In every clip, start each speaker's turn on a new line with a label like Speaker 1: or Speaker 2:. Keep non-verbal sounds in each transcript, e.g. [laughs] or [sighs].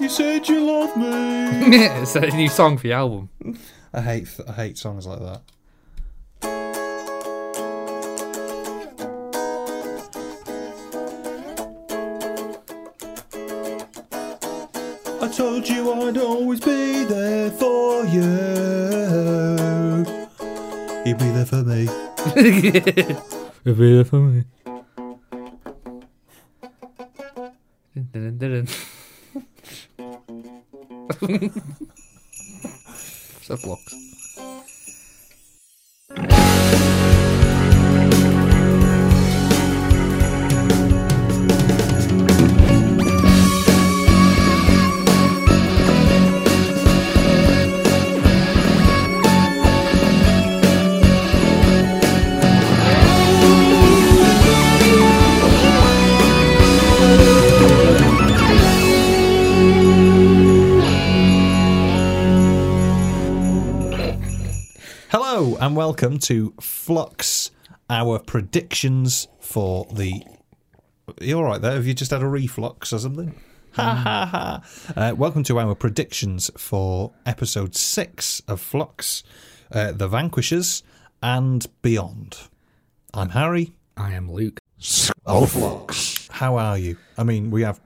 Speaker 1: You said you love me.
Speaker 2: Yeah, it's a new song for your album.
Speaker 1: I hate I hate songs like that. I told you I'd always be there for you. You'd be there for me.
Speaker 2: [laughs] It's a blocks.
Speaker 1: Hello and welcome to Flux, our predictions for the. You're all right there. Have you just had a reflux or something? Ha ha ha! Uh, welcome to our predictions for episode six of Flux, uh, the Vanquishers, and beyond. I'm Harry.
Speaker 2: I am Luke.
Speaker 1: Oh, Flux. How are you? I mean, we have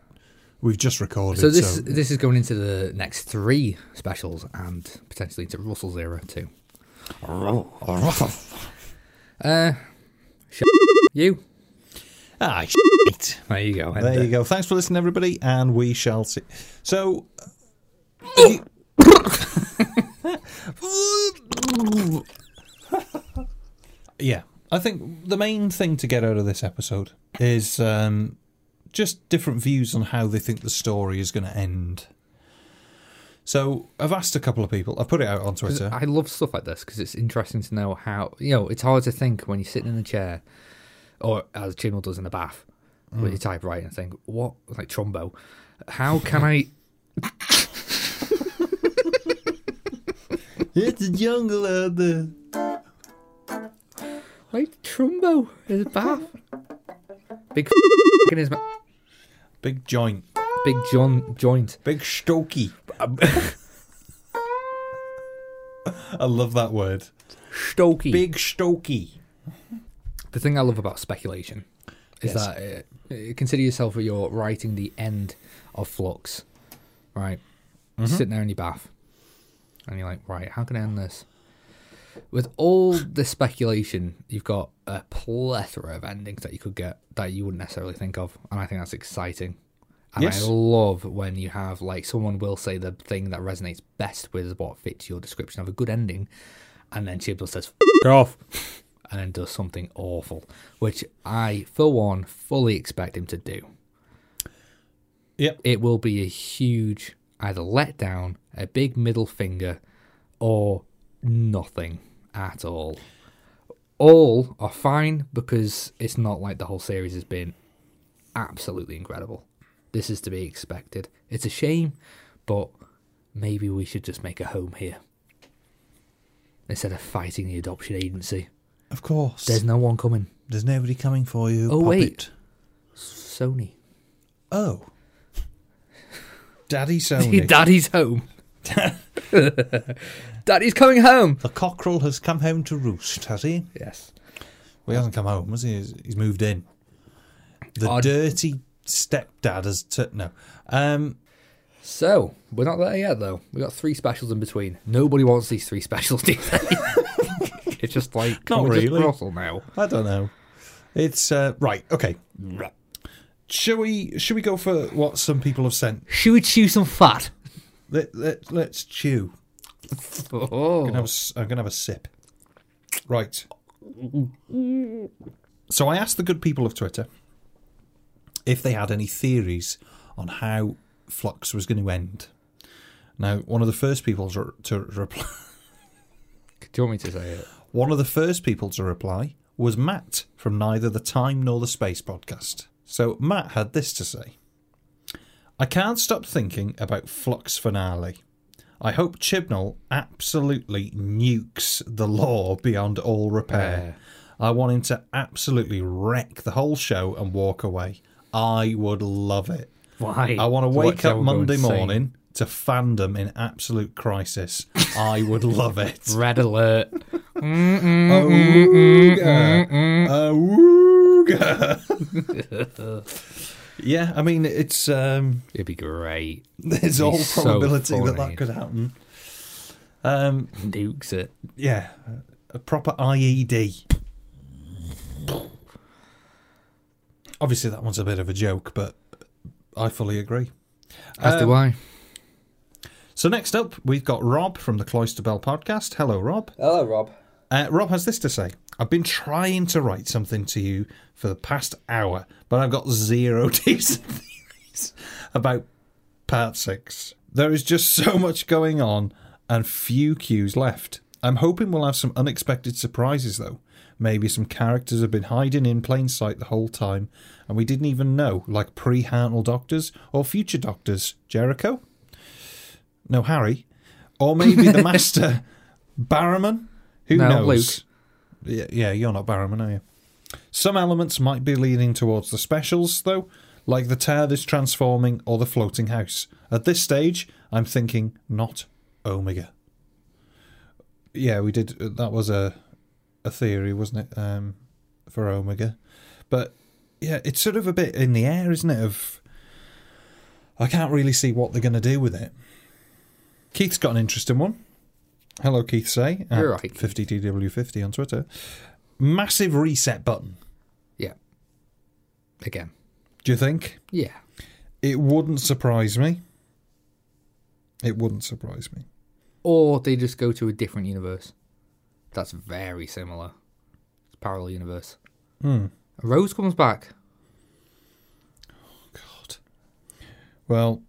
Speaker 1: we've just recorded.
Speaker 2: So this this is going into the next three specials and potentially into Russell's era too. Uh, sh- you.
Speaker 1: ah, shit.
Speaker 2: There you go. uh,
Speaker 1: There you go. Thanks for listening, everybody, and we shall see. So, [laughs] yeah, I think the main thing to get out of this episode is um, just different views on how they think the story is going to end. So, I've asked a couple of people. I've put it out on Twitter.
Speaker 2: I love stuff like this because it's interesting to know how you know. It's hard to think when you're sitting in a chair, or as Chimel does in the bath with your typewriter, and think, "What like Trumbo? How can I?"
Speaker 1: It's a jungle out there.
Speaker 2: Like Trumbo in the bath. Big in his ma-
Speaker 1: Big joint.
Speaker 2: big John joint.
Speaker 1: Big stokey. I love that word.
Speaker 2: Stokey.
Speaker 1: Big stokey.
Speaker 2: The thing I love about speculation is
Speaker 1: Yes.
Speaker 2: that uh, uh, consider yourself that you're writing the end of Flux, right? You're Sitting there in your bath, and you're like, right, how can I end this? With all the speculation, you've got a plethora of endings that you could get that you wouldn't necessarily think of, and I think that's exciting. And
Speaker 1: Yes.
Speaker 2: I love when you have like someone will say the thing that resonates best with what fits your description of a good ending, and then Chibnall says "F off, and then does something awful, which I, for one, fully expect him to do.
Speaker 1: Yep.
Speaker 2: It will be a huge either letdown, a big middle finger, or nothing at all. All are fine because it's not like the whole series has been absolutely incredible. This is to be expected. It's a shame, but maybe we should just make a home here instead of fighting the adoption agency.
Speaker 1: Of course.
Speaker 2: There's no one coming.
Speaker 1: There's nobody coming for you.
Speaker 2: Oh,
Speaker 1: puppet.
Speaker 2: wait. Sony.
Speaker 1: Oh.
Speaker 2: [laughs]
Speaker 1: Daddy Sony.
Speaker 2: Daddy's home. [laughs] Daddy's coming home.
Speaker 1: the cockerel has come home to roost, has he?
Speaker 2: Yes.
Speaker 1: Well, he hasn't come home, has he? He's, he's moved in. The
Speaker 2: Odd.
Speaker 1: dirty stepdad has. T- no. Um,
Speaker 2: So we're not there yet, though. We got three specials in between. Nobody wants these three [laughs] specials, do they? it's just like can
Speaker 1: Not
Speaker 2: we
Speaker 1: really.
Speaker 2: Just Russell now.
Speaker 1: I don't know. It's. Uh, right, okay. Shall we, shall we go for what some people have sent?
Speaker 2: Should we chew some fat?
Speaker 1: Let, let, let's chew.
Speaker 2: Oh.
Speaker 1: I'm gonna, have a s- I'm gonna have a sip. Right. So I asked the good people of Twitter if they had any theories on how Flux was going to end. Now, one of the first people to, to reply,
Speaker 2: Do you want me to say it?
Speaker 1: one of the first people to reply was Matt from neither the Time nor the Space podcast. So Matt had this to say: I can't stop thinking about Flux finale. I hope Chibnall absolutely nukes the law beyond all repair. I want him to absolutely wreck the whole show and walk away. I would love it.
Speaker 2: Why?
Speaker 1: I want to wake
Speaker 2: Watch
Speaker 1: up
Speaker 2: everyone go
Speaker 1: Monday
Speaker 2: insane.
Speaker 1: morning to fandom in absolute crisis. I would love it.
Speaker 2: Red alert.
Speaker 1: Awooga. Awooga. [laughs] yeah, I mean, it's um,
Speaker 2: It'd be great.
Speaker 1: there's all
Speaker 2: so
Speaker 1: probability that
Speaker 2: funny.
Speaker 1: that could happen. Um,
Speaker 2: Nukes it.
Speaker 1: yeah, a proper E IED. Obviously, that one's a bit of a joke, but I fully agree.
Speaker 2: As
Speaker 1: Um,
Speaker 2: do I.
Speaker 1: So next up, we've got Rob from the Cloister Bell podcast. Hello, Rob.
Speaker 3: Hello, Rob.
Speaker 1: Uh, Rob has this to say I've been trying to write something to you for the past hour, but I've got zero [laughs] decent theories about part six. There is just so much going on and few cues left. I'm hoping we'll have some unexpected surprises, though. Maybe some characters have been hiding in plain sight the whole time, and we didn't even know, like pre Hartnell Doctors or future Doctors, Jericho? No, Harry. Or maybe the Master, Barrowman? Who
Speaker 2: No,
Speaker 1: knows? Yeah, yeah, you're not Barrowman, are you? Some elements might be leaning towards the specials, though, like the tower that's transforming or the floating house. At this stage, I'm thinking not Omega. Yeah, we did. uh, That was a a theory, wasn't it? Um, for Omega, but yeah, it's sort of a bit in the air, isn't it? Of I can't really see what they're going to do with it. Keith's got an interesting one. Hello, Keith. Say
Speaker 2: You're right.
Speaker 1: 50dw50 on Twitter. Massive reset button.
Speaker 2: Yeah. Again.
Speaker 1: Do you think?
Speaker 2: Yeah.
Speaker 1: It wouldn't surprise me. It wouldn't surprise me.
Speaker 2: Or they just go to a different universe. That's very similar. It's a parallel universe.
Speaker 1: Hmm.
Speaker 2: Rose comes back.
Speaker 1: God. Well,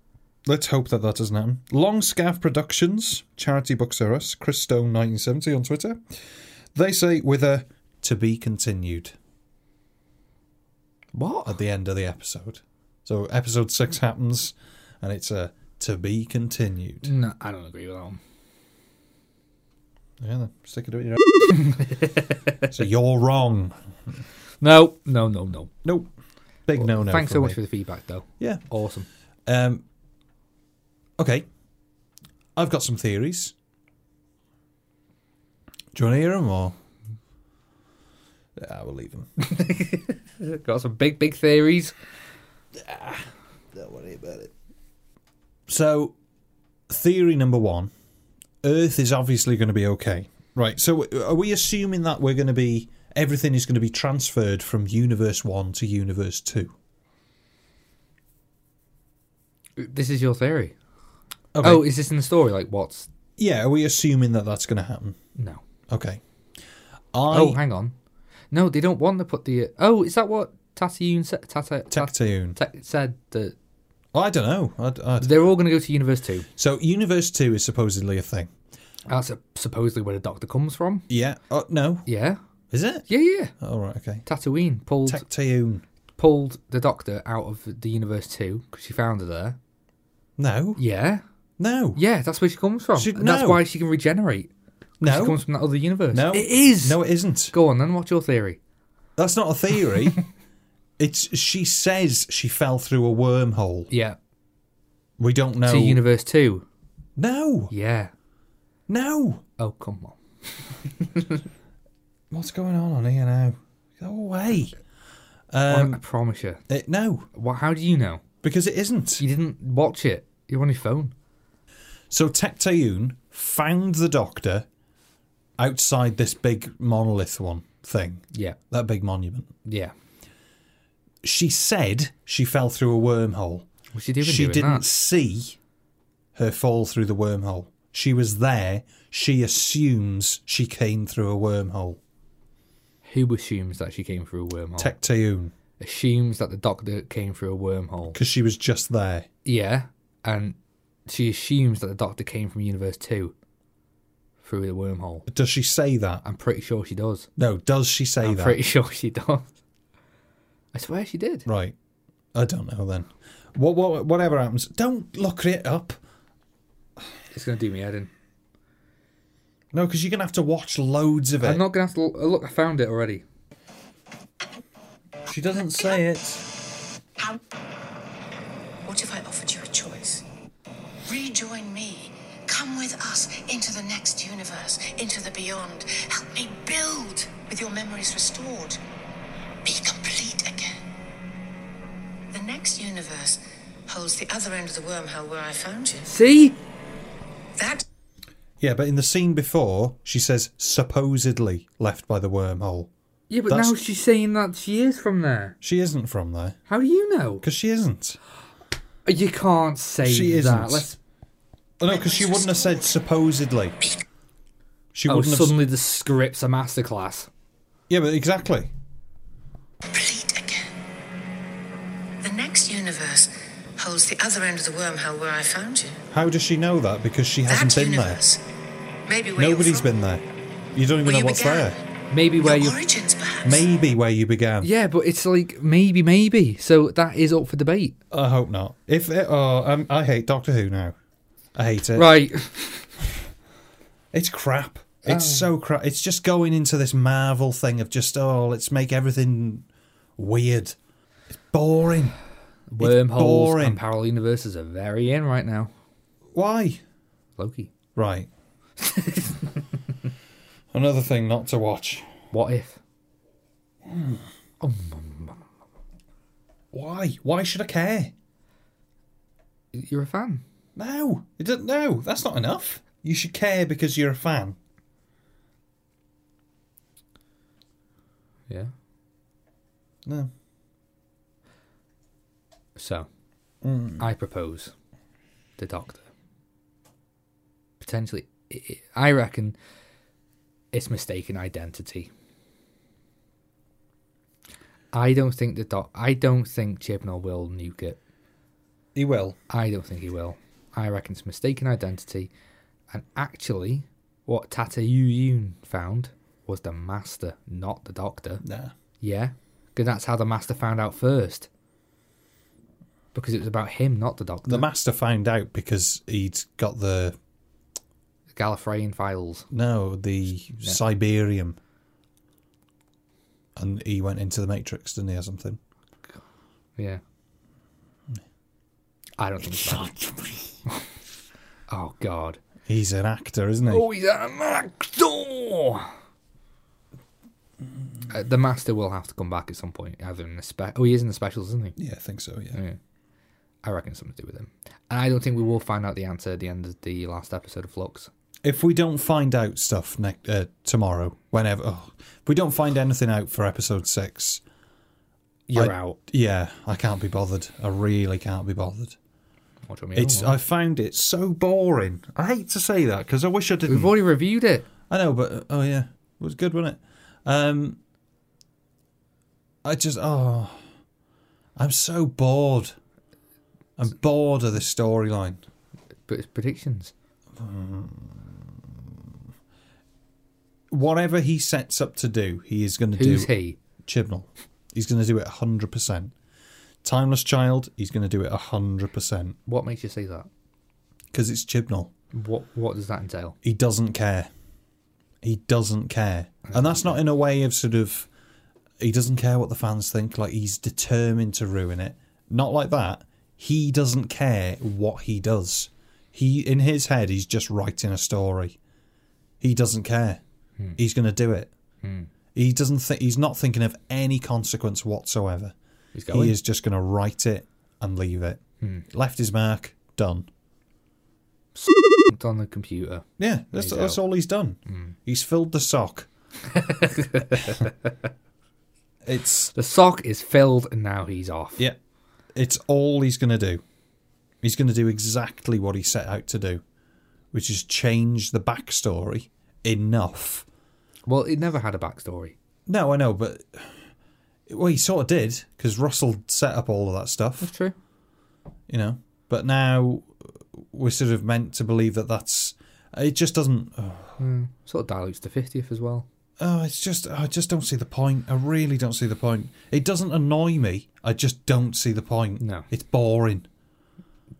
Speaker 1: let's hope that that doesn't happen. Long Scav Productions, Charity Books Are Us, Chris Stone 1970 on Twitter. They say with a to be continued
Speaker 2: What?
Speaker 1: at the end of the episode. So episode six happens and it's a to be continued.
Speaker 2: No, I don't agree with that one.
Speaker 1: Yeah, then stick it in your
Speaker 2: [laughs]
Speaker 1: So you're wrong.
Speaker 2: No, no, no, no.
Speaker 1: Nope. Big no no.
Speaker 2: Thanks so much
Speaker 1: me.
Speaker 2: for the feedback, though.
Speaker 1: Yeah.
Speaker 2: Awesome.
Speaker 1: Um, okay. I've got some theories. Do you want to hear them or? I will leave them.
Speaker 2: Got some big, big theories.
Speaker 1: [laughs] Don't worry about it. So, theory number one Earth is obviously going to be okay. Right. So, are we assuming that we're going to be. Everything is going to be transferred from Universe 1 to Universe 2?
Speaker 2: This is your theory.
Speaker 1: Okay.
Speaker 2: Oh, is this in the story? Like, what's.
Speaker 1: yeah. Are we assuming that that's going to happen?
Speaker 2: No.
Speaker 1: Okay. I.
Speaker 2: Oh, hang on. No, they don't want to put the. Oh, is that what Tatooine said? Tata, Tat-
Speaker 1: Tectoon.
Speaker 2: Te- said that
Speaker 1: I don't know. I, d- I d-
Speaker 2: they're all going to go to Universe 2.
Speaker 1: So Universe Two is supposedly a thing.
Speaker 2: That's supposedly where the Doctor comes from.
Speaker 1: Yeah. Oh no,
Speaker 2: Yeah.
Speaker 1: is it?
Speaker 2: Yeah, yeah.
Speaker 1: All right. Okay.
Speaker 2: Tatooine pulled
Speaker 1: Tactune.
Speaker 2: pulled the Doctor out of the Universe 2 because she found her there.
Speaker 1: No.
Speaker 2: Yeah.
Speaker 1: No.
Speaker 2: Yeah, that's where she comes from.
Speaker 1: She-
Speaker 2: and that's
Speaker 1: no.
Speaker 2: why she can regenerate. 'cause She
Speaker 1: No.
Speaker 2: comes from that other universe.
Speaker 1: No.
Speaker 2: It is.
Speaker 1: No, it isn't.
Speaker 2: Go on then, what's your theory?
Speaker 1: That's not a [laughs] theory. it's she says she fell through a wormhole.
Speaker 2: Yeah.
Speaker 1: We don't know.
Speaker 2: To Universe 2.
Speaker 1: no.
Speaker 2: Yeah.
Speaker 1: No.
Speaker 2: Oh, come on.
Speaker 1: What's going on on here now? Go away.
Speaker 2: I
Speaker 1: Um.
Speaker 2: promise you.
Speaker 1: It, no,
Speaker 2: What, how do you know?
Speaker 1: because it isn't.
Speaker 2: You didn't watch it. You're on your phone.
Speaker 1: So Tectayun found the Doctor outside this big monolith one thing,
Speaker 2: Yeah.
Speaker 1: that big monument.
Speaker 2: Yeah.
Speaker 1: she said she fell through a wormhole.
Speaker 2: Was she doing
Speaker 1: she
Speaker 2: doing
Speaker 1: didn't
Speaker 2: that?
Speaker 1: see her fall through the wormhole. She was there. She assumes she came through a wormhole.
Speaker 2: Who assumes that she came through a wormhole?
Speaker 1: Tectayun,
Speaker 2: assumes that the Doctor came through a wormhole.
Speaker 1: because she was just there.
Speaker 2: Yeah. And she assumes that the Doctor came from Universe 2 through the wormhole.
Speaker 1: Does she say that?
Speaker 2: I'm pretty sure she does.
Speaker 1: No. Does she say
Speaker 2: I'm
Speaker 1: that?
Speaker 2: pretty [laughs] sure she does. I swear she did.
Speaker 1: Right. I don't know then. What, what, whatever happens, don't look it up.
Speaker 2: It's going to do me head in.
Speaker 1: No, because you're going to have to watch loads of
Speaker 2: I'm
Speaker 1: it.
Speaker 2: not going to have to look. Look, I found it already.
Speaker 1: She doesn't say it.
Speaker 3: Um,
Speaker 4: How? What
Speaker 3: Rejoin me. Come with us into the next universe, into the beyond. Help me build with your memories restored. Be complete again. The next universe holds the other end of the wormhole where I found you.
Speaker 2: See?
Speaker 3: That
Speaker 1: Yeah, but in the scene before, she says supposedly left by the wormhole.
Speaker 2: Yeah, but
Speaker 1: That's-
Speaker 2: now she's saying that she is from there.
Speaker 1: She isn't from there
Speaker 2: How do you know?
Speaker 1: because she isn't.
Speaker 2: You can't say
Speaker 1: She
Speaker 2: that.
Speaker 1: isn't.
Speaker 2: Let's.
Speaker 1: Well, Oh, no, because she wouldn't have said supposedly. She
Speaker 2: Oh,
Speaker 1: wouldn't have.
Speaker 2: suddenly the script's a masterclass.
Speaker 1: Yeah, but exactly.
Speaker 3: complete again. The next universe holds the other end of the wormhole where I found you.
Speaker 1: How does she know that? Because she hasn't
Speaker 3: That
Speaker 1: been there.
Speaker 3: universe. Maybe where
Speaker 1: Nobody's
Speaker 3: you're from,
Speaker 1: been there. You don't even
Speaker 3: Where
Speaker 1: know
Speaker 3: you
Speaker 1: what's
Speaker 3: began.
Speaker 1: there.
Speaker 2: Maybe where
Speaker 3: Your
Speaker 2: you.
Speaker 3: origins, perhaps.
Speaker 1: Maybe where you began.
Speaker 2: Yeah, but it's like maybe, maybe. So that is up for debate.
Speaker 1: I hope not. If it, oh, um, I hate Doctor Who now. I hate it.
Speaker 2: [laughs] Right.
Speaker 1: It's crap. It's so
Speaker 2: Oh.
Speaker 1: crap. It's just going into this Marvel thing of just oh, let's make everything weird. It's boring.
Speaker 2: Wormholes
Speaker 1: boring.
Speaker 2: and parallel universes are very in right now.
Speaker 1: Why?
Speaker 2: Loki.
Speaker 1: Right. [laughs] Another thing not to watch.
Speaker 2: What if?
Speaker 1: Why? Why should I care?
Speaker 2: You're a fan.
Speaker 1: No, it doesn't. No, that's not enough. You should care because you're a fan.
Speaker 2: Yeah.
Speaker 1: No.
Speaker 2: So, I propose the Doctor. Potentially, i- i- I reckon it's mistaken identity. I don't think the doc. I don't think Chibnall will nuke it.
Speaker 1: He will.
Speaker 2: I don't think he will. I reckon it's mistaken identity, and actually, what Tata Yuyun found was the Master, not the Doctor.
Speaker 1: Nah.
Speaker 2: Yeah, because that's how the Master found out first. Because it was about him, not the Doctor.
Speaker 1: The master found out because he'd got the
Speaker 2: Gallifreyan files.
Speaker 1: no the Siberium, and he went into the Matrix, didn't he, or something?
Speaker 2: Yeah. I don't think so.
Speaker 1: [laughs]
Speaker 2: oh God.
Speaker 1: He's an actor, isn't he?
Speaker 2: Oh, he's an actor. Uh, the Master will have to come back at some point, either in the spe- Oh, he is in the specials, isn't he?
Speaker 1: Yeah, I think so. Yeah.
Speaker 2: Yeah. I reckon it's something to do with him. And I don't think we will find out the answer at the end of the last episode of Flux.
Speaker 1: If we don't find out stuff ne- uh, tomorrow, whenever, oh, if we don't find anything out for episode six,
Speaker 2: You're
Speaker 1: I-
Speaker 2: out.
Speaker 1: yeah, I can't be bothered. I really can't be bothered.
Speaker 2: Oh, What do you mean?
Speaker 1: It's I found it so boring. I hate to say that because I wish I didn't.
Speaker 2: We've already reviewed it.
Speaker 1: I know, but oh yeah, it was good, wasn't it? Um, I just oh, I'm so bored. I'm bored of this storyline.
Speaker 2: But it's predictions.
Speaker 1: Whatever he sets up to do, he is going to do.
Speaker 2: Who's he?
Speaker 1: Chibnall. He's going to do it hundred percent. Timeless Child. He's going to do it hundred percent
Speaker 2: What makes you say that?
Speaker 1: because it's Chibnall.
Speaker 2: What What does that entail?
Speaker 1: he doesn't care. He doesn't care. And that's not in a way of sort of he doesn't care what the fans think, like he's determined to ruin it. Not like that. He doesn't care what he does. He in his head he's just writing a story. He doesn't care.
Speaker 2: Hmm.
Speaker 1: He's gonna do it. He doesn't think he's not thinking of any consequence whatsoever.
Speaker 2: He's going. Hmm.
Speaker 1: He is just gonna write it and leave it. Left his mark, done.
Speaker 2: It's on the computer.
Speaker 1: Yeah, that's,
Speaker 2: He's
Speaker 1: that's
Speaker 2: out. Mm.
Speaker 1: all he's done. He's filled the
Speaker 2: [laughs]
Speaker 1: sock. it's
Speaker 2: The sock is filled and now he's off.
Speaker 1: yeah, it's all he's gonna do. He's gonna do exactly what he set out to do, which is change the backstory enough.
Speaker 2: Well, it never had a backstory.
Speaker 1: No, I know, but well, he sort of did because Russell set up all of that stuff,
Speaker 2: True.
Speaker 1: you know. But now we're sort of meant to believe that that's. It just doesn't.
Speaker 2: Sort of dilutes the 50th as well.
Speaker 1: Oh, it's just I just don't see the point. I really don't see the point. It doesn't annoy me. I just don't see the point.
Speaker 2: No.
Speaker 1: it's boring.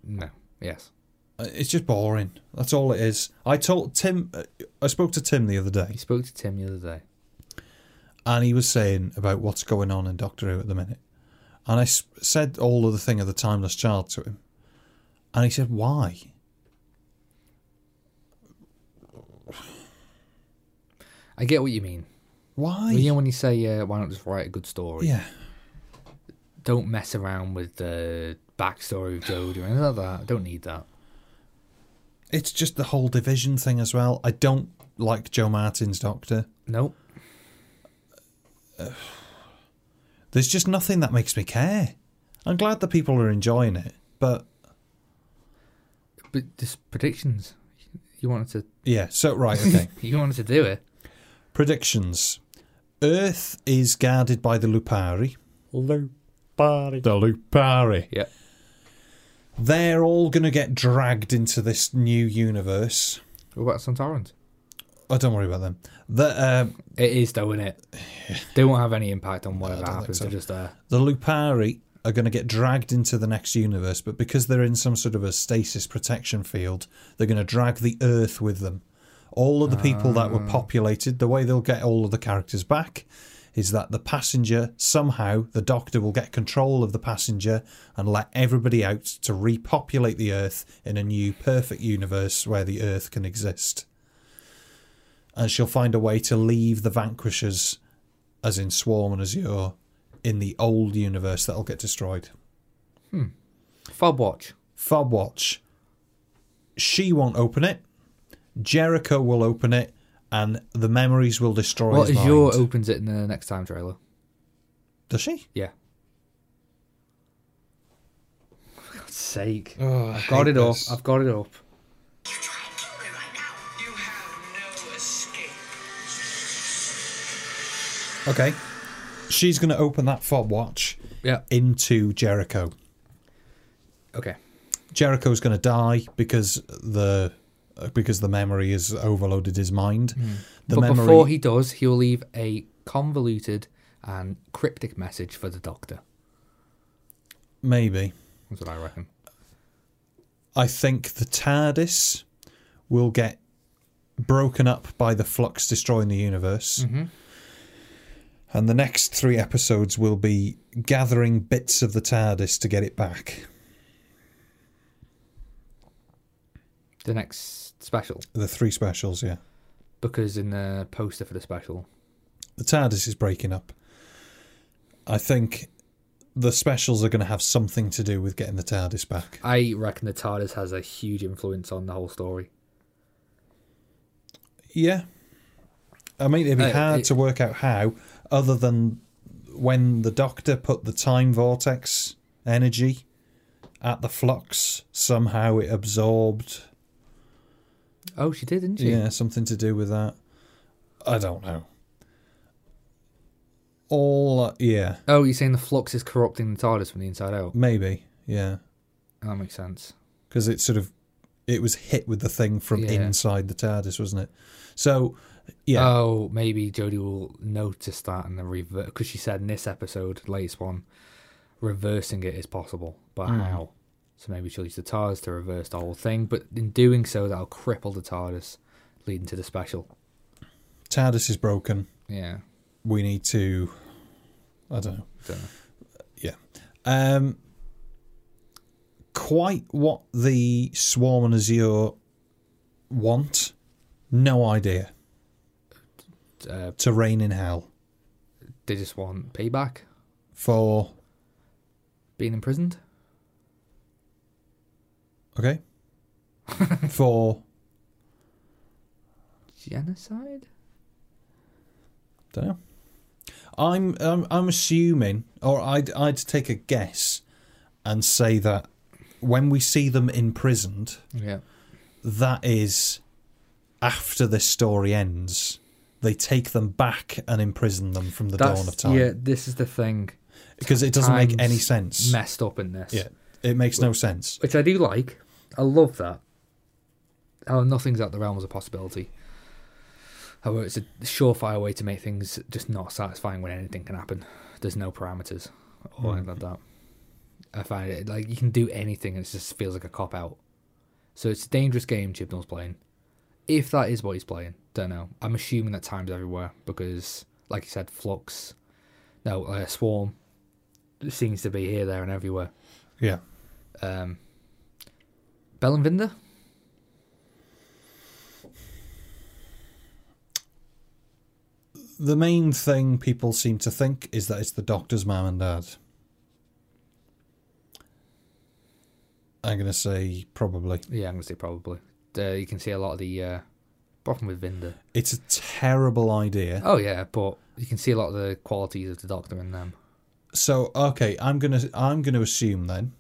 Speaker 2: No. Yes.
Speaker 1: Uh, It's just boring. That's all it is. I told Tim. uh, I spoke to Tim the other day,
Speaker 2: He spoke to Tim the other day.
Speaker 1: and he was saying about what's going on in Doctor Who at the minute. And I s- said all of the thing of the timeless child to him, and he said, "Why?"
Speaker 2: I get what you mean.
Speaker 1: Why?
Speaker 2: You know when you say, uh, "Why not just write a good story?"
Speaker 1: yeah.
Speaker 2: Don't mess around with the backstory of Jodie or anything like that. I don't need that.
Speaker 1: It's just the whole division thing as well. I don't like Joe Martin's Doctor.
Speaker 2: Nope.
Speaker 1: There's just nothing that makes me care. I'm glad that people are enjoying it, but
Speaker 2: But just predictions. You wanted
Speaker 1: yeah. So right, okay.
Speaker 2: to. [laughs] You wanted to do it.
Speaker 1: Predictions: Earth is guarded by the Lupari.
Speaker 2: Lupari.
Speaker 1: The Lupari.
Speaker 2: Yeah.
Speaker 1: They're all gonna get dragged into this new universe.
Speaker 2: What about Santarans?
Speaker 1: Oh, don't worry about them. The um,
Speaker 2: It is though, isn't it? They won't have any impact on whatever
Speaker 1: don't think
Speaker 2: happens.
Speaker 1: so.
Speaker 2: They're just there.
Speaker 1: the Lupari are going to get dragged into the next universe, but because they're in some sort of a stasis protection field, they're going to drag the Earth with them. All of the people that were populated, the way they'll get all of the characters back is that the passenger, somehow, the doctor will get control of the passenger and let everybody out to repopulate the Earth in a new perfect universe where the Earth can exist. And she'll find a way to leave the vanquishers, as in Swarm and Azure, in the old universe that'll get destroyed.
Speaker 2: Fob watch.
Speaker 1: Fob Watch. She won't open it. Jericho will open it, and the memories will destroy
Speaker 2: Well,
Speaker 1: his mind.
Speaker 2: Azure opens it in the next time trailer.
Speaker 1: Does she?
Speaker 2: Yeah. For God's sake. I've got it
Speaker 1: Oh, this.
Speaker 2: up. I've got it up.
Speaker 3: You try and kill me right now.
Speaker 4: You have no escape.
Speaker 1: Okay. She's going to open that Fob Watch
Speaker 2: Yeah.
Speaker 1: into Jericho.
Speaker 2: Okay.
Speaker 1: Jericho's going to die because the uh, because the memory has overloaded his mind. The
Speaker 2: Hmm. but
Speaker 1: memory.
Speaker 2: before he does, he'll leave a convoluted and cryptic message for the doctor.
Speaker 1: Maybe.
Speaker 2: That's what I reckon.
Speaker 1: I think the TARDIS will get broken up by the flux destroying the universe. And the next three episodes will be gathering bits of the TARDIS to get it back.
Speaker 2: The next special.
Speaker 1: The three specials, yeah.
Speaker 2: Because in the poster for the special,
Speaker 1: The TARDIS is breaking up. I think the specials are going to have something to do with getting the TARDIS back.
Speaker 2: I reckon the TARDIS has a huge influence on the whole story.
Speaker 1: Yeah. I mean, it'd be
Speaker 2: Uh,
Speaker 1: hard
Speaker 2: it-
Speaker 1: to work out how, other than when the doctor put the time vortex energy at the flux, somehow it absorbed.
Speaker 2: Oh, she did, didn't she?
Speaker 1: Yeah, something to do with that. I don't know. All, uh, yeah,
Speaker 2: Oh, you're saying the flux is corrupting the TARDIS from the inside out?
Speaker 1: maybe, yeah.
Speaker 2: That makes sense.
Speaker 1: because it sort of it was hit with the thing from
Speaker 2: Yeah.
Speaker 1: inside the TARDIS, wasn't it? So yeah,
Speaker 2: Oh, maybe Jodie will notice that and then revert because she said in this episode, latest one, reversing it is possible, but
Speaker 1: Mm.
Speaker 2: how? So maybe she'll use the TARDIS to reverse the whole thing, but in doing so, that'll cripple the TARDIS, leading to the special.
Speaker 1: TARDIS is broken.
Speaker 2: Yeah,
Speaker 1: We need to, I don't know.
Speaker 2: Dunno.
Speaker 1: Yeah, um, quite what the Swarm and Azure want, no idea.
Speaker 2: uh,
Speaker 1: To reign in hell
Speaker 2: they just want payback,
Speaker 1: for
Speaker 2: being imprisoned.
Speaker 1: okay, for
Speaker 2: Genocide?
Speaker 1: Don't know. I'm I'm, I'm assuming, or I'd I'd take a guess, and say that when we see them imprisoned,
Speaker 2: Yeah.
Speaker 1: that is after this story ends. They take them back and imprison them from the dawn of time
Speaker 2: Yeah, this is the thing.
Speaker 1: because it doesn't make any
Speaker 2: Time's
Speaker 1: sense.
Speaker 2: Messed up in this.
Speaker 1: yeah, it makes no sense.
Speaker 2: which I do like. I love that. Oh, nothing's out the realm of a possibility. However, it's a surefire way to make things just not satisfying when anything can happen. There's no parameters or anything like that. I find it like you can do anything, and it just feels like a cop out. So it's a dangerous game Chibnall's playing. If that is what he's playing, don't know. I'm assuming that time's everywhere because, like you said, flux, no, uh, swarm, seems to be here, there, and everywhere.
Speaker 1: Yeah,
Speaker 2: Um, Bellenvinder?
Speaker 1: the main thing people seem to think is that it's the doctor's mum and dad. I'm going to say probably.
Speaker 2: Yeah, I'm gonna say probably. Uh, you can see a lot of the uh, problem with Vinda.
Speaker 1: It's a terrible idea.
Speaker 2: Oh yeah, but you can see a lot of the qualities of the Doctor in them.
Speaker 1: So okay, I'm gonna I'm gonna assume then,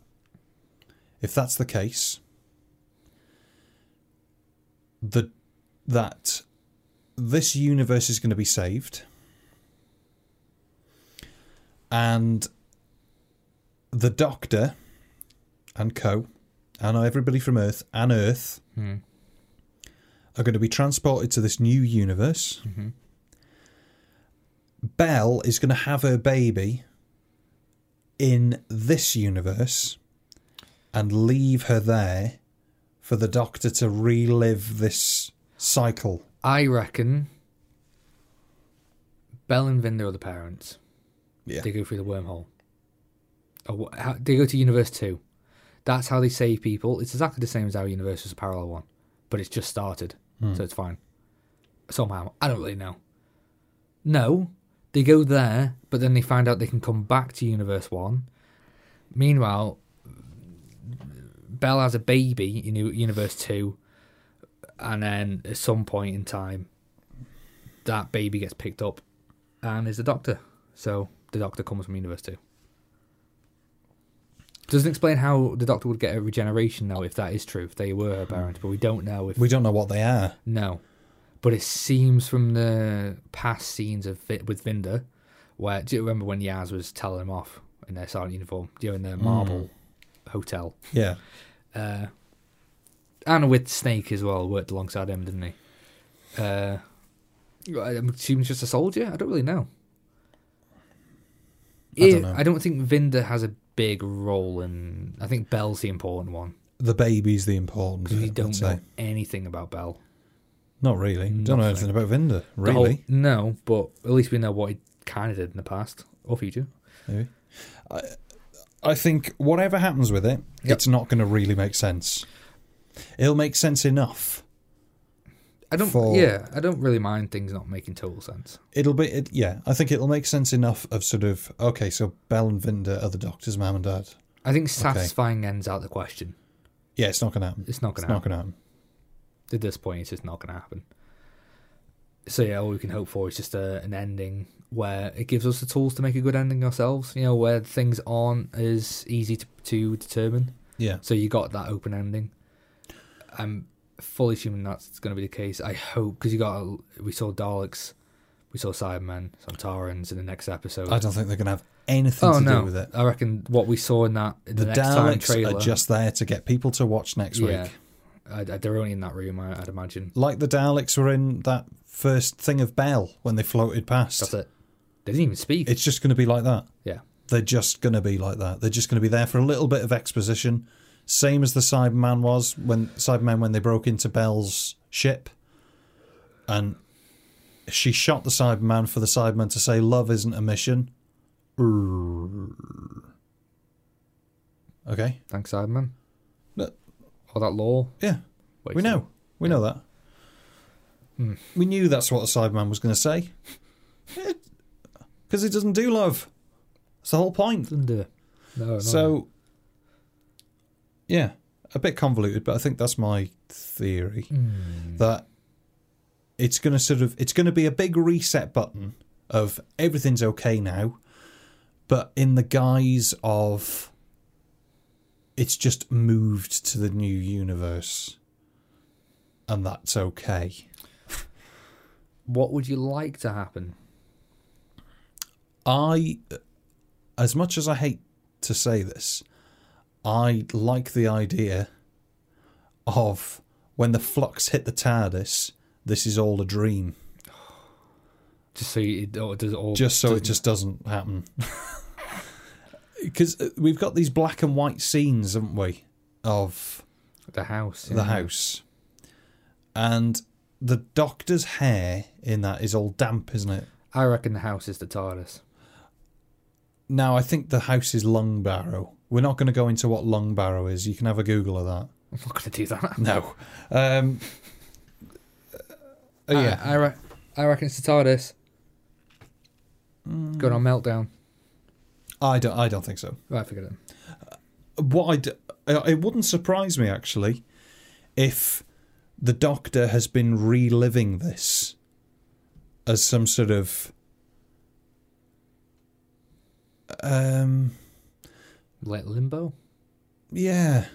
Speaker 1: if that's the case, that that this universe is going to be saved, and the Doctor and Co. and everybody from Earth and Earth are going to be transported to this new universe. Belle is going to have her baby in this universe and leave her there for the doctor to relive this cycle.
Speaker 2: I reckon Bell and Vinda are the parents.
Speaker 1: Yeah.
Speaker 2: They go through the wormhole. Or wha- how, they go to Universe 2. That's how they save people. It's exactly the same as our universe was a parallel one, but it's just started, so it's fine. Somehow. I don't really know. No, they go there, but then they find out they can come back to Universe 1. Meanwhile, Bell has a baby in U- Universe 2, and then at some point in time, that baby gets picked up and is the doctor. So the doctor comes from Universe 2. Doesn't explain how the doctor would get a regeneration, though, if that is true, if they were her parents, but we don't know if.
Speaker 1: We don't know what they are.
Speaker 2: No, but it seems from the past scenes of Vi- with Vinda, where do you remember when Yaz was telling him off in their silent uniform, you know, in the marble hotel,
Speaker 1: Yeah.
Speaker 2: and with Snake as well, worked alongside him, didn't he? Uh, I'm assuming he's just a soldier. I don't really know.
Speaker 1: I don't
Speaker 2: If-
Speaker 1: know.
Speaker 2: I don't think Vinda has a big role in. I think Bell's the important one
Speaker 1: The baby's the important.
Speaker 2: because you
Speaker 1: bit, I'd
Speaker 2: don't
Speaker 1: say.
Speaker 2: know anything about Bell.
Speaker 1: Not really. Don't know anything about Vinda.
Speaker 2: The
Speaker 1: Really?
Speaker 2: whole- no, but at least we know what he kind of did in the past or future.
Speaker 1: Maybe. I, I think whatever happens with it,
Speaker 2: Yep.
Speaker 1: it's not going to really make sense. It'll make sense enough.
Speaker 2: I don't.
Speaker 1: for-
Speaker 2: Yeah, I don't really mind things not making total sense.
Speaker 1: It'll be, it, yeah. I think it'll make sense enough of sort of okay. So Bell and Vinda are the Doctor's mum and dad.
Speaker 2: I think satisfying ends out the question.
Speaker 1: Yeah, it's not going to happen.
Speaker 2: It's not gonna
Speaker 1: It's not going to happen.
Speaker 2: At this point, it's just not going to happen. So yeah, all we can hope for is just a, an ending where it gives us the tools to make a good ending ourselves. You know, where things aren't as easy to, to determine.
Speaker 1: Yeah.
Speaker 2: So you got that open ending. I'm fully assuming that's going to be the case. I hope because you got we saw Daleks, we saw Cybermen, some Taurans in the next episode.
Speaker 1: I don't think they're going to have anything
Speaker 2: oh
Speaker 1: to
Speaker 2: no,
Speaker 1: do with it.
Speaker 2: I reckon what we saw in that in the,
Speaker 1: The
Speaker 2: next time
Speaker 1: Daleks
Speaker 2: trailer.
Speaker 1: are just there to get people to watch next
Speaker 2: yeah,
Speaker 1: week.
Speaker 2: I, I- they're only in that room. I, I'd imagine
Speaker 1: Like the Daleks were in that first thing of Bell when they floated past.
Speaker 2: that's it. They didn't even speak.
Speaker 1: It's just going to be like that.
Speaker 2: yeah,
Speaker 1: They're just going to be like that. They're just going to be there for a little bit of exposition, same as the Cyberman was when Cyberman when they broke into Bell's ship, and she shot the Cyberman for the Cyberman to say love isn't a mission. Okay.
Speaker 2: thanks, Cyberman.
Speaker 1: No.
Speaker 2: All that lore.
Speaker 1: Yeah.
Speaker 2: Wait,
Speaker 1: We
Speaker 2: so-
Speaker 1: know. We know that. We knew that's what the Cyberman was going to say. [laughs] Because he doesn't do love. That's the whole point.
Speaker 2: Doesn't do it. No, no, no.
Speaker 1: So, yeah, a bit convoluted, but I think that's my theory that it's going to sort of it's going to be a big reset button of everything's okay now, but in the guise of it's just moved to the new universe, and that's okay.
Speaker 2: what would you like to happen?
Speaker 1: I, as much as I hate to say this, I like the idea of when the flux hit the TARDIS, this is all a dream.
Speaker 2: Just so you, it all- does it all
Speaker 1: Just so it just doesn't happen. [laughs] Because we've got these black and white scenes, haven't we, of
Speaker 2: the house.
Speaker 1: the
Speaker 2: yeah.
Speaker 1: house. And the doctor's hair in that is all damp, isn't it?
Speaker 2: I reckon the house is the TARDIS.
Speaker 1: Now, I think the house is Lung Barrow. We're not going to go into what Lung Barrow is. You can have a Google of that.
Speaker 2: I'm not gonna do that. [laughs]
Speaker 1: No. Um, uh, yeah.
Speaker 2: Uh, I, I, re- I reckon it's the TARDIS. Going on meltdown.
Speaker 1: I don't. I don't think so.
Speaker 2: Right, forget it.
Speaker 1: What I d- uh, it wouldn't surprise me actually if the Doctor has been reliving this as some sort of um
Speaker 2: Let limbo.
Speaker 1: yeah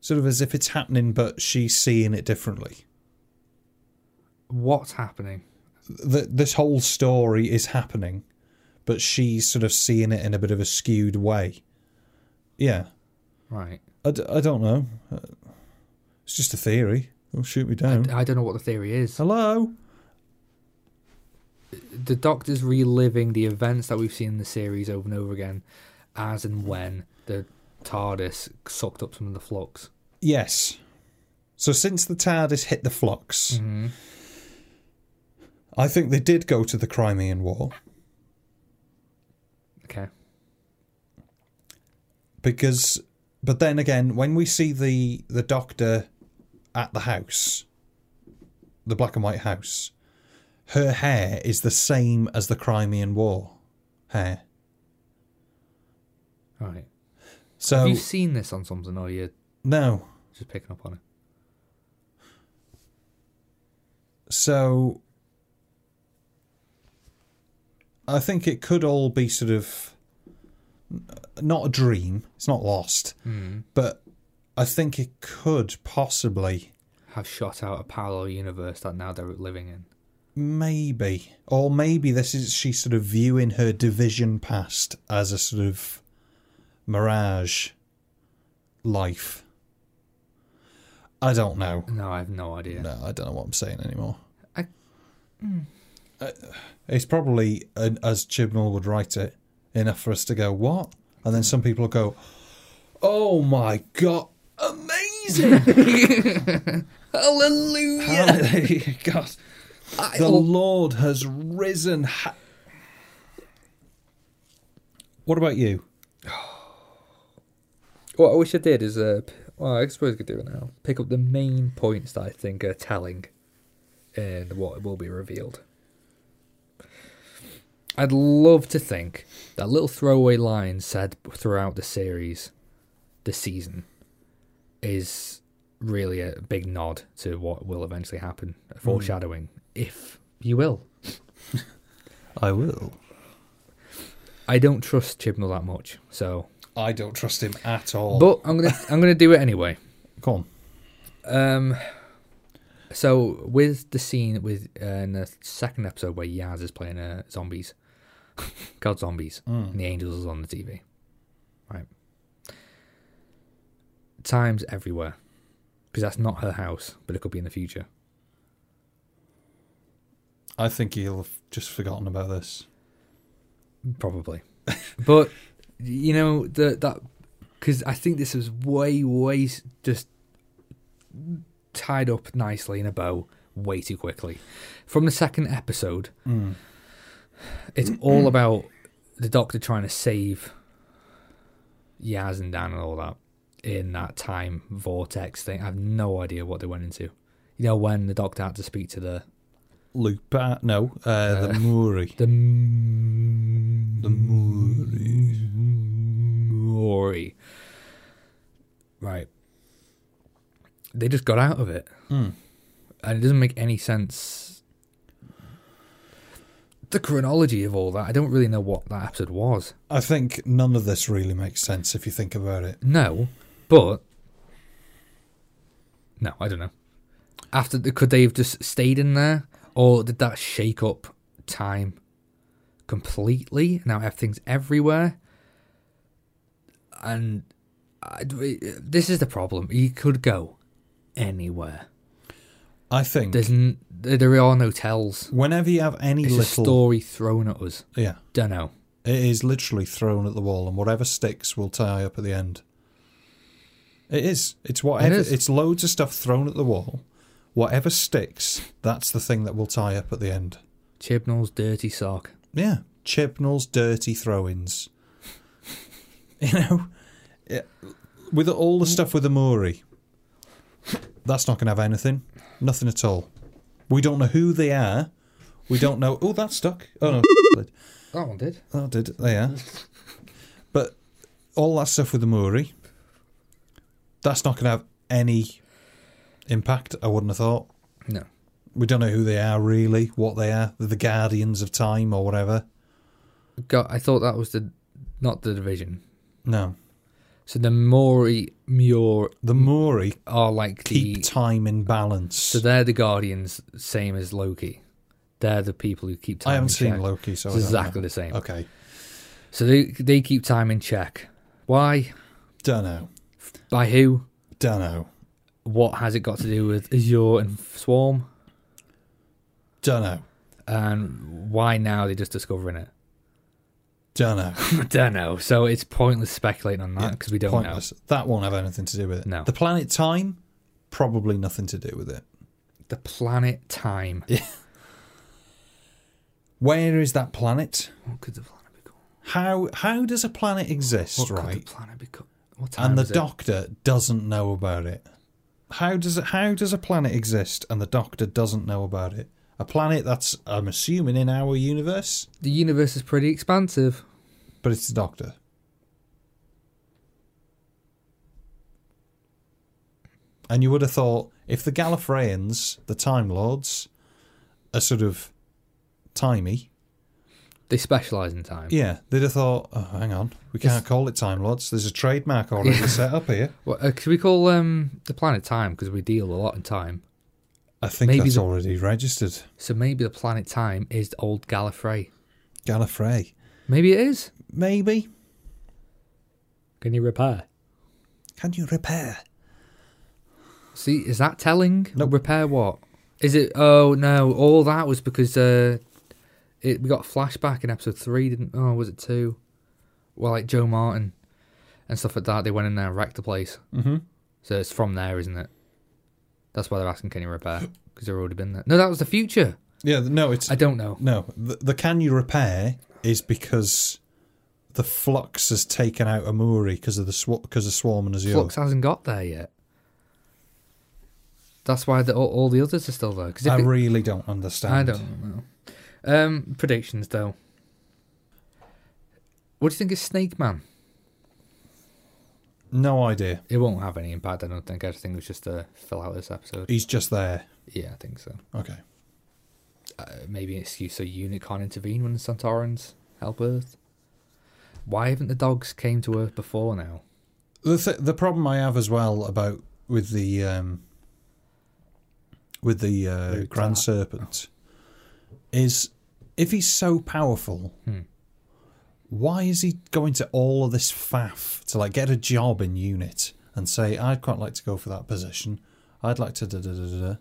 Speaker 1: sort of as if it's happening but she's seeing it differently
Speaker 2: What's happening?
Speaker 1: that this whole story is happening, but she's sort of seeing it in a bit of a skewed way. Yeah,
Speaker 2: Right.
Speaker 1: I, d- I don't know. Uh, It's just a theory. Don't shoot me down.
Speaker 2: I don't know what the theory is.
Speaker 1: Hello.
Speaker 2: The Doctor's reliving the events that we've seen in the series over and over again, as and when the TARDIS sucked up some of the flux.
Speaker 1: Yes. So since the TARDIS hit the flux,
Speaker 2: Mm-hmm.
Speaker 1: I think they did go to the Crimean War
Speaker 2: Okay.
Speaker 1: because. But then again, when we see the the Doctor at the house, the black and white house, her hair is the same as the Crimean War hair.
Speaker 2: All right.
Speaker 1: So
Speaker 2: Have you seen this on something, or you're
Speaker 1: no,
Speaker 2: just picking up on it?
Speaker 1: so I think it could all be sort of not a dream. It's not lost, but I think it could possibly,
Speaker 2: Have shot out a parallel universe that now they're living in.
Speaker 1: maybe, or maybe this is she's sort of viewing her division past as a sort of mirage life. I don't know.
Speaker 2: No, I have no idea.
Speaker 1: No, I don't know what I'm saying anymore. Uh, it's probably, an, as Chibnall would write it, enough for us to go, what? And then some people will go, oh my God, amazing!
Speaker 2: Hallelujah!
Speaker 1: Hallelujah, [laughs] God,
Speaker 2: I
Speaker 1: the
Speaker 2: lo-
Speaker 1: Lord has risen. Ha- what about you?
Speaker 2: What I wish I did is, uh, p- well, I suppose I could do it now. Pick up the main points that I think are telling and what will be revealed. I'd love to think that little throwaway line said throughout the series, the season, is really a big nod to what will eventually happen, a foreshadowing, if you will.
Speaker 1: I will.
Speaker 2: I don't trust Chibnall that much, so.
Speaker 1: I don't trust him at all.
Speaker 2: But I'm gonna I'm gonna do it anyway.
Speaker 1: Come on.
Speaker 2: Um. So with the scene with uh, in the second episode where Yaz is playing uh, zombies, [laughs] God zombies, and the angels is on the TV, right? Times everywhere, because that's not her house, but it could be in the future.
Speaker 1: I think he'll have just forgotten about this.
Speaker 2: Probably. [laughs] but you know the that because I think this was way way s- just tied up nicely in a bow way too quickly. From the second episode, it's all about the Doctor trying to save Yaz and Dan and all that in that time vortex thing. I have no idea what they went into. You know when the Doctor had to speak to the
Speaker 1: Lupa, no, uh, the Moori.
Speaker 2: the
Speaker 1: The Moori.
Speaker 2: Mori. Right. They just got out of it. And it doesn't make any sense. The chronology of all that, I don't really know what that episode was.
Speaker 1: I think none of this really makes sense if you think about it.
Speaker 2: No, but. No, I don't know. After the, could they have just stayed in there, or did that shake up time completely? Now everything's everywhere, and I, this is the problem. You could go anywhere.
Speaker 1: I think
Speaker 2: There's n, there are no tells.
Speaker 1: whenever you have any
Speaker 2: It's
Speaker 1: little,
Speaker 2: a story thrown at us.
Speaker 1: yeah,
Speaker 2: Don't know.
Speaker 1: it is literally thrown at the wall, and whatever sticks will tie up at the end. It is. It's whatever.
Speaker 2: is.
Speaker 1: It's loads of stuff thrown at the wall. Whatever sticks, that's the thing that will tie up at the end.
Speaker 2: Chibnall's dirty sock.
Speaker 1: Yeah, Chibnall's dirty throw-ins. you know, yeah, with all the stuff with Amori, that's not going to have anything, nothing at all. We don't know who they are. We don't know. Oh, that's stuck. Oh no.
Speaker 2: That one did.
Speaker 1: Oh, did they? Yeah. but all that stuff with the Muri, that's not going to have any impact. I wouldn't have thought.
Speaker 2: No.
Speaker 1: We don't know who they are really, what they are. They're the guardians of time or whatever.
Speaker 2: God, I thought that was the not the division.
Speaker 1: No,
Speaker 2: So the Mori Muir
Speaker 1: the Muri
Speaker 2: are like
Speaker 1: keep
Speaker 2: Mm. the
Speaker 1: time in balance.
Speaker 2: so they're the guardians, same as Loki. They're the people who keep time.
Speaker 1: I haven't
Speaker 2: in
Speaker 1: seen
Speaker 2: check.
Speaker 1: Loki, so I
Speaker 2: It's
Speaker 1: don't know.
Speaker 2: exactly the same.
Speaker 1: Okay,
Speaker 2: So they they keep time in check. Why?
Speaker 1: don't know,
Speaker 2: By who?
Speaker 1: don't know,
Speaker 2: What has it got to do with Azure and Swarm?
Speaker 1: don't know,
Speaker 2: And why now they're just discovering it? [laughs]
Speaker 1: don't know.
Speaker 2: I don't know. So it's pointless speculating on that because we don't
Speaker 1: Pointless. That won't have anything to do with it.
Speaker 2: No.
Speaker 1: The planet time, probably nothing to do with it.
Speaker 2: know. The planet time.
Speaker 1: Where is that planet?
Speaker 2: What could the planet be called?
Speaker 1: How how does a planet exist,
Speaker 2: What
Speaker 1: right?
Speaker 2: could the planet be called? What time
Speaker 1: and the
Speaker 2: is it?
Speaker 1: doctor doesn't know about it. How does it, how does a planet exist and the doctor doesn't know about it? A planet that's I'm assuming in our universe,
Speaker 2: The universe is pretty expansive.
Speaker 1: but it's the doctor. And you would have thought if the Gallifreyans, the Time Lords, are sort of timey,
Speaker 2: They specialise in time.
Speaker 1: yeah, they'd have thought, oh, hang on, we can't call it Time Lords. There's a [laughs] trademark already set up here.
Speaker 2: Well, uh, could we call um, the planet time because we deal a lot in time?
Speaker 1: I think
Speaker 2: Maybe
Speaker 1: that's
Speaker 2: the-
Speaker 1: already registered.
Speaker 2: So maybe the planet time is the old Gallifrey.
Speaker 1: Gallifrey.
Speaker 2: Maybe it is.
Speaker 1: Maybe.
Speaker 2: Can you repair?
Speaker 1: Can you repair?
Speaker 2: See, is that telling?
Speaker 1: No.
Speaker 2: Repair what? Is it? Oh no! All that was because uh, it we got a flashback in episode three, didn't? Oh, was it two? Well, like Joe Martin and stuff like that. They went in there and wrecked the place. Mm-hmm. So it's from there, isn't it? That's why they're asking, can you repair? Because they've already been there. No, that was the future.
Speaker 1: Yeah, no, it's
Speaker 2: I don't know.
Speaker 1: no. The, the can you repair is because the flux has taken out Amuri because of the sw- because of Swarm and Azure.
Speaker 2: Flux hasn't got there yet. That's why the, all, all the others are still there. 'cause if
Speaker 1: I
Speaker 2: it-
Speaker 1: really don't understand.
Speaker 2: I don't know. Um, predictions though. What do you think of Snake Man?
Speaker 1: No idea.
Speaker 2: It won't have any impact, I don't think. I just think it was just to fill out this episode.
Speaker 1: He's just there.
Speaker 2: Yeah, I think so.
Speaker 1: Okay.
Speaker 2: Uh, maybe an excuse so Unit can't intervene when the Santorans help Earth. Why haven't the dogs came to Earth before now?
Speaker 1: The th- the problem I have as well about with the um, with the uh,
Speaker 2: The
Speaker 1: Grand
Speaker 2: tar-
Speaker 1: Serpent is if he's so powerful, why is he going to all of this faff to like get a job in unit and say I'd quite like to go for that position? I'd like to da da da da. da."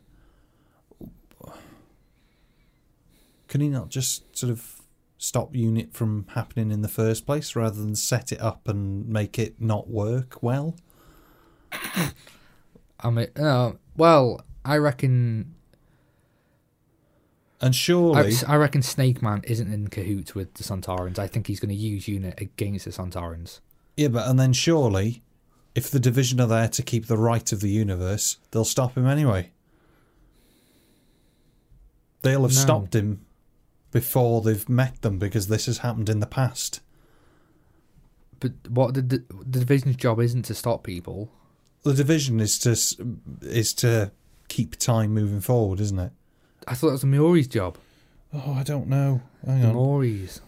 Speaker 1: Can he not just sort of stop unit from happening in the first place rather than set it up and make it not work well?
Speaker 2: I mean, uh, well, I reckon
Speaker 1: And
Speaker 2: I,
Speaker 1: surely,
Speaker 2: I reckon Snake Man isn't in cahoots with the Santarans. I think he's going to use Unit against the Santarans.
Speaker 1: yeah, but and then surely, if the division are there to keep the right of the universe, they'll stop him anyway. They'll have
Speaker 2: No.
Speaker 1: stopped him before they've met them because this has happened in the past.
Speaker 2: But what the, the the division's job isn't to stop people.
Speaker 1: The division is to s- is to keep time moving forward, isn't it?
Speaker 2: I thought that was Mori's job.
Speaker 1: Oh, I don't know. Hang on.
Speaker 2: Mori's.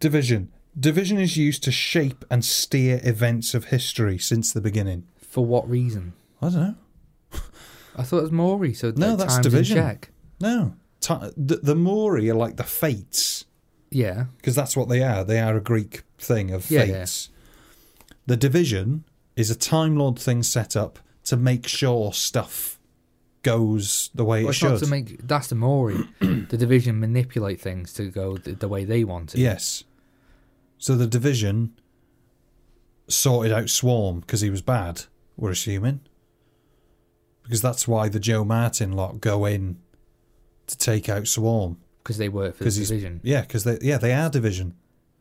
Speaker 1: Division. Division is used to shape and steer events of history since the beginning.
Speaker 2: For what reason?
Speaker 1: I don't know.
Speaker 2: I thought it was Mori. So
Speaker 1: No,
Speaker 2: the
Speaker 1: that's
Speaker 2: time's in
Speaker 1: division.
Speaker 2: check.
Speaker 1: No. Ta- the, the Maori are like the fates,
Speaker 2: Yeah,
Speaker 1: because that's what they are. They are a Greek thing of
Speaker 2: Yeah, yeah.
Speaker 1: fates. The division is a Time Lord thing set up to make sure stuff goes the way
Speaker 2: Well,
Speaker 1: it
Speaker 2: it's not
Speaker 1: should.
Speaker 2: to make. That's the [clears throat] Mori. the division manipulate things to go the, the way they want it.
Speaker 1: yes. So the division sorted out Swarm because he was bad, we're assuming. Because that's why the Joe Martin lot go in to take out Swarm.
Speaker 2: because they work for the
Speaker 1: Because he's
Speaker 2: division.
Speaker 1: yeah, because they yeah they are division.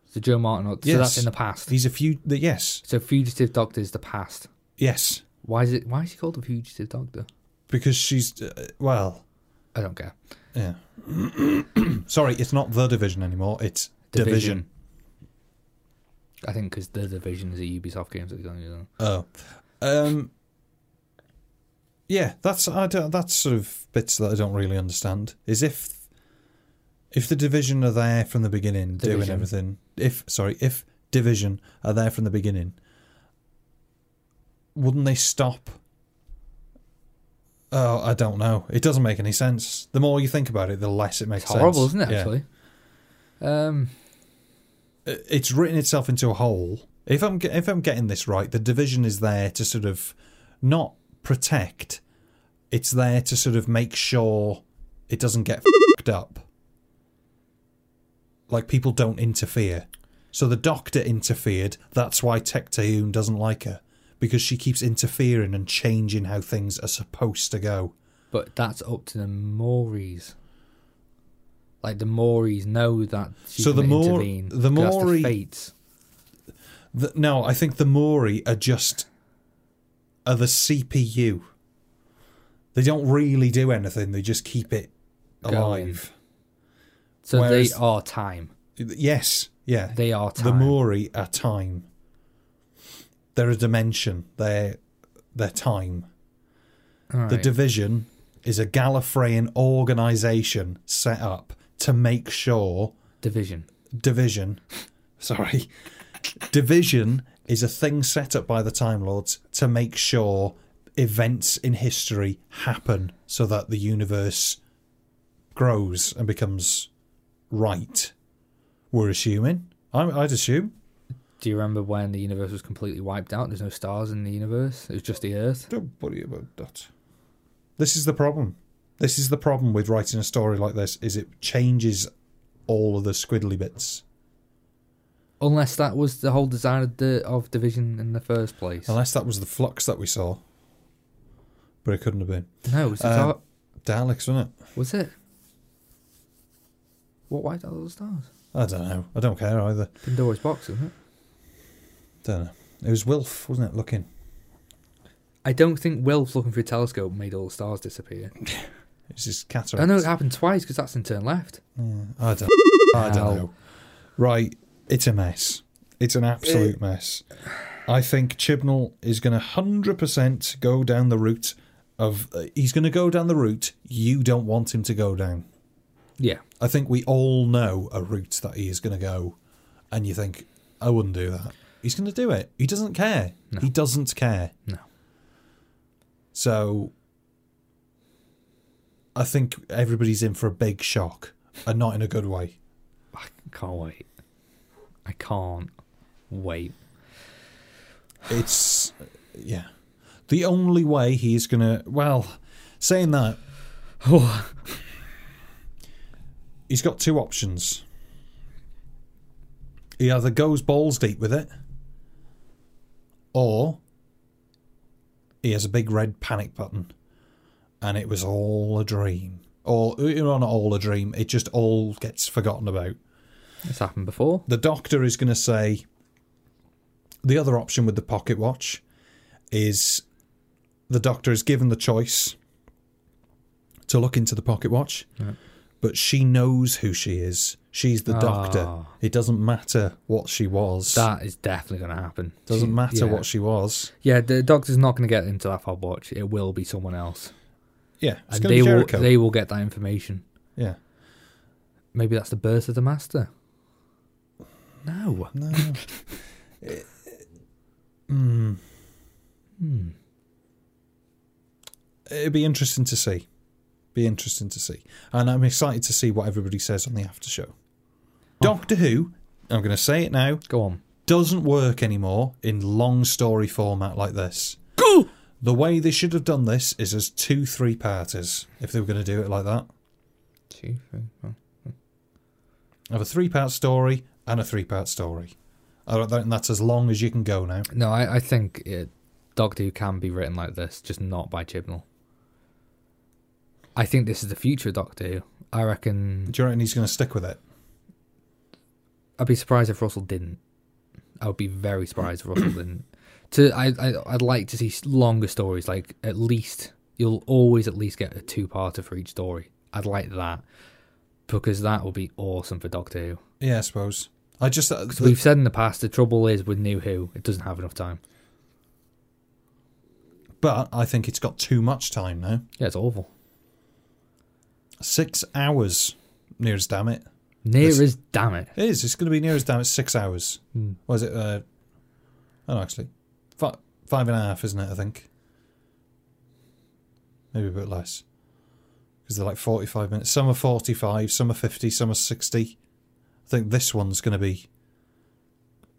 Speaker 2: So Joe Martin. So that's
Speaker 1: Yes.
Speaker 2: in the past.
Speaker 1: He's a few. The, yes,
Speaker 2: so fugitive doctor is the past.
Speaker 1: yes,
Speaker 2: Why is it? Why is he called a fugitive doctor?
Speaker 1: because she's uh, well.
Speaker 2: I don't care.
Speaker 1: [coughs] Yeah. Sorry, it's not the division anymore. It's division.
Speaker 2: I think because the division is a Ubisoft game, so they don't do
Speaker 1: Oh, um, yeah. That's I don't, that's sort of bits that I don't really understand. Is if if the division are there from the beginning, doing
Speaker 2: Division.
Speaker 1: everything. If sorry, if division are there from the beginning, wouldn't they stop? Oh, I don't know. It doesn't make any sense. The more you think about it, the less it makes
Speaker 2: It's
Speaker 1: sense.
Speaker 2: horrible, isn't it?
Speaker 1: Yeah.
Speaker 2: Actually, um,
Speaker 1: it- uh, it's written itself into a hole. If I'm ge- if I'm getting this right, the division is there to sort of not protect. It's there to sort of make sure it doesn't get fucked up. Like people don't interfere. So the doctor interfered. That's why Tecteun doesn't like her because she keeps interfering and changing how things are supposed to go.
Speaker 2: but that's up to the Maoris. Like the Maoris know that she's
Speaker 1: So the
Speaker 2: gonna
Speaker 1: Maor-
Speaker 2: intervene,
Speaker 1: the
Speaker 2: 'cause that's
Speaker 1: Maori-
Speaker 2: the fate.
Speaker 1: The, no, I think the Maori are just are the CPU. They don't really do anything. They just keep it
Speaker 2: Going.
Speaker 1: alive.
Speaker 2: So
Speaker 1: whereas-
Speaker 2: they are time.
Speaker 1: Yes, yeah.
Speaker 2: They are time.
Speaker 1: the Maori are time. They're a dimension. They're they're time.
Speaker 2: All
Speaker 1: The
Speaker 2: right.
Speaker 1: division is a Gallifreyan organization set up to make sure
Speaker 2: division.
Speaker 1: division. [laughs] Sorry. division is a thing set up by the Time Lords to make sure events in history happen so that the universe grows and becomes right. We're assuming. I'm, I'd assume.
Speaker 2: Do you remember when the universe was completely wiped out? There's no stars in the universe. It was just the Earth.
Speaker 1: Don't worry about that. This is the problem. This is the problem with writing a story like this is it changes all of the squiddly bits.
Speaker 2: Unless that was the whole design of the of division in the first place.
Speaker 1: Unless that was the flux that we saw. But it couldn't have been.
Speaker 2: no, was it?
Speaker 1: Um,
Speaker 2: our-
Speaker 1: Daleks, wasn't it?
Speaker 2: was it? What wiped out all the stars?
Speaker 1: I don't know. I don't care either.
Speaker 2: Pandora's box, isn't it?
Speaker 1: Don't know. It was Wilf, wasn't it? Looking.
Speaker 2: I don't think Wilf looking through a telescope made all the stars disappear.
Speaker 1: It was his cataract.
Speaker 2: I know it happened twice because that's in turn left.
Speaker 1: I don't. I don't know. Right. It's a mess. It's an absolute mess. I think Chibnall is going to hundred percent go down the route of. uh, he's going to go down the route you don't want him to go down.
Speaker 2: Yeah.
Speaker 1: I think we all know a route that he is going to go, and you think, I wouldn't do that. He's going to do it. He doesn't care. He doesn't care.
Speaker 2: No.
Speaker 1: So I think everybody's in for a big shock, and not in a good way.
Speaker 2: I can't wait. I can't wait.
Speaker 1: It's yeah. The only way he's gonna well, saying that [sighs] he's got two options. He either goes balls deep with it or he has a big red panic button and it was all a dream. Or you know, not all a dream, it just all gets forgotten about
Speaker 2: It's happened before.
Speaker 1: the doctor is going to say the other option with the pocket watch is the doctor is given the choice to look into the pocket watch but she knows who she is she's the doctor
Speaker 2: Ah.
Speaker 1: it doesn't matter what she was
Speaker 2: That is definitely going to happen.
Speaker 1: doesn't
Speaker 2: She-
Speaker 1: matter
Speaker 2: yeah.
Speaker 1: what she was
Speaker 2: Yeah, the doctor's not going to get into that fob watch. It will be someone else,
Speaker 1: yeah it's
Speaker 2: and
Speaker 1: gonna be
Speaker 2: they will
Speaker 1: Jericho.
Speaker 2: they will get that information.
Speaker 1: yeah
Speaker 2: Maybe that's the birth of the master. No,
Speaker 1: no it'd be interesting to see be interesting to see and i'm excited to see what everybody says on the after
Speaker 2: Oh.
Speaker 1: show doctor who i'm going to say it now
Speaker 2: go on.
Speaker 1: doesn't work anymore in long story format like this. The way they should have done this is as two three parters if they were going to do it like that.
Speaker 2: Two, three, four.
Speaker 1: Have a three part story and a three part story. I don't think that's as long as you can go now.
Speaker 2: No, I, I think it, Doctor Who can be written like this, just not by Chibnall. I think this is the future of Doctor Who. I reckon.
Speaker 1: Do you reckon he's going to stick with it?
Speaker 2: I'd be surprised if Russell didn't. I would be very surprised if Russell didn't. To I, I I'd like to see s- longer stories. Like at least you'll always at least get a two-parter for each story. I'd like that because that would be awesome for Doctor Who.
Speaker 1: Yeah, I suppose. I just uh,
Speaker 2: So we've said in the past the trouble is with New Who, it doesn't have enough time.
Speaker 1: but I think it's got too much time now.
Speaker 2: Yeah, it's awful.
Speaker 1: Six hours, near as damn it.
Speaker 2: Near
Speaker 1: This-
Speaker 2: as damn it.
Speaker 1: It is. It's going to be near as damn it. Six hours.
Speaker 2: Hmm.
Speaker 1: Was it? Uh, oh, actually, five, five and a half, isn't it? I think. Maybe a bit less. Because they're like forty-five minutes. Some are forty-five. Some are fifty. Some are sixty. I think this one's going to be.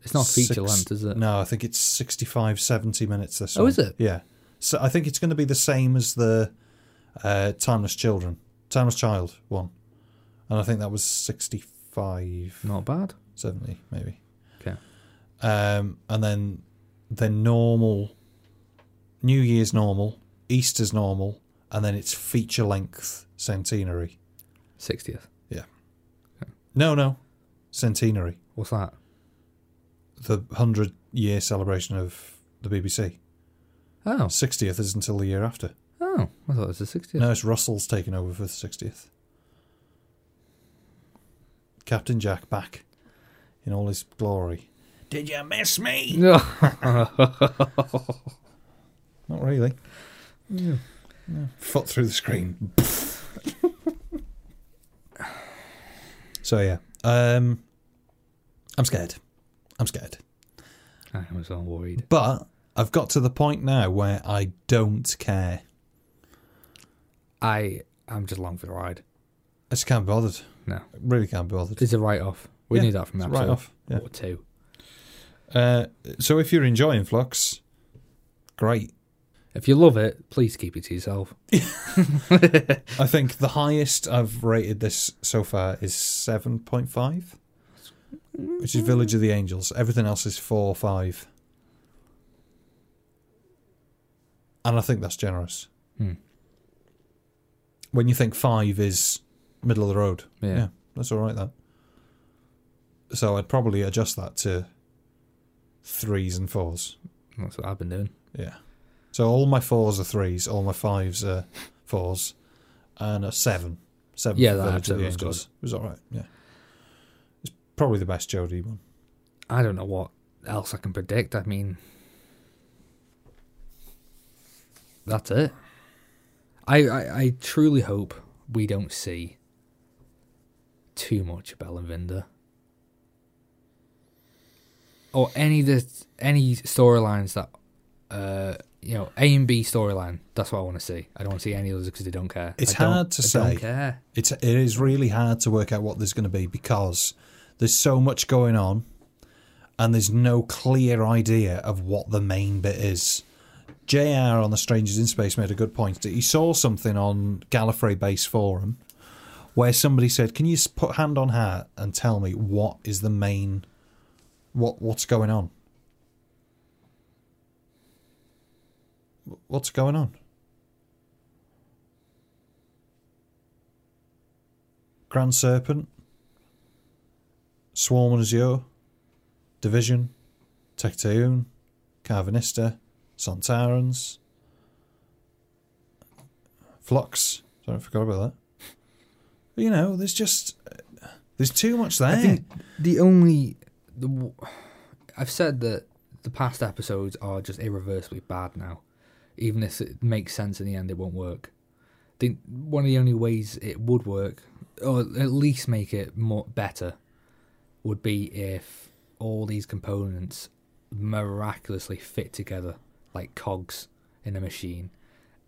Speaker 2: It's not feature
Speaker 1: six-
Speaker 2: length, is it?
Speaker 1: No, I think it's 65, 70 minutes. This.
Speaker 2: Oh,
Speaker 1: one.
Speaker 2: is it?
Speaker 1: Yeah. So I think it's going to be the same as the uh, Timeless Children, Timeless Child one, and I think that was sixty-five.
Speaker 2: Not bad.
Speaker 1: 70 maybe
Speaker 2: Okay.
Speaker 1: um and then then normal new year's normal easter's normal and then it's feature length centenary
Speaker 2: 60th.
Speaker 1: yeah no no centenary
Speaker 2: What's that?
Speaker 1: the 100 year celebration of the bbc
Speaker 2: Oh.
Speaker 1: 60th is until the year after
Speaker 2: Oh. I thought it was the 60th.
Speaker 1: no it's russell's taken over for the 60th captain jack back in all his glory did you miss me
Speaker 2: [laughs] No.
Speaker 1: Not really. No. Foot through the screen. so yeah, um, I'm scared. I'm scared.
Speaker 2: I was all worried.
Speaker 1: But I've got to the point now where I don't care.
Speaker 2: I I'm just long for the ride.
Speaker 1: I just can't be bothered.
Speaker 2: No.
Speaker 1: I really can't be bothered.
Speaker 2: It's a write off. We
Speaker 1: Yeah,
Speaker 2: need that from
Speaker 1: it's a
Speaker 2: episode
Speaker 1: write-off, yeah.
Speaker 2: or two.
Speaker 1: Uh, so if you're enjoying Flux, great.
Speaker 2: If you love it, please keep it to yourself.
Speaker 1: I think the highest I've rated this so far is 7.5, which is Village of the Angels. Everything else is 4 or 5. And I think that's generous. When you think 5 is middle of the road.
Speaker 2: Yeah.
Speaker 1: that's all right, that. So I'd probably adjust that to 3s and 4s.
Speaker 2: That's what I've been doing.
Speaker 1: Yeah. So all my fours are threes, all my fives are fours, and a seven. Seven
Speaker 2: Yeah,
Speaker 1: for
Speaker 2: that
Speaker 1: Village of
Speaker 2: episode
Speaker 1: the
Speaker 2: was
Speaker 1: Angels. It was all right. Yeah. It's probably the best Jodie one.
Speaker 2: I don't know what else I can predict. I mean, that's it. I, I, I truly hope we don't see too much of Bell and Vinda. Or any of the any storylines that, uh, you know, A and B storyline. That's what I want to see. I don't want to see any others because they don't care.
Speaker 1: It's
Speaker 2: I don't-
Speaker 1: hard to
Speaker 2: I Don't
Speaker 1: say.
Speaker 2: care.
Speaker 1: It's it is really hard to work out what there's going to be because there's so much going on, and there's no clear idea of what the main bit is. Jr. on the Strangers in Space made a good point that he saw something on Gallifrey Base forum where somebody said, "Can you s- put hand on heart and tell me what is the main, what what's going on? What's going on?" Grand Serpent, Swarm and Azure, Division, Tecteun, Carvanista, Santarans, Flux. Sorry, I forgot about that. But, you know, there's just there's too much there.
Speaker 2: I think the only the w- I've said that the past episodes are just irreversibly bad now. Even if it makes sense in the end, it won't work. I think one of the only ways it would work, or at least make it more better, would be if all these components miraculously fit together like cogs in a machine.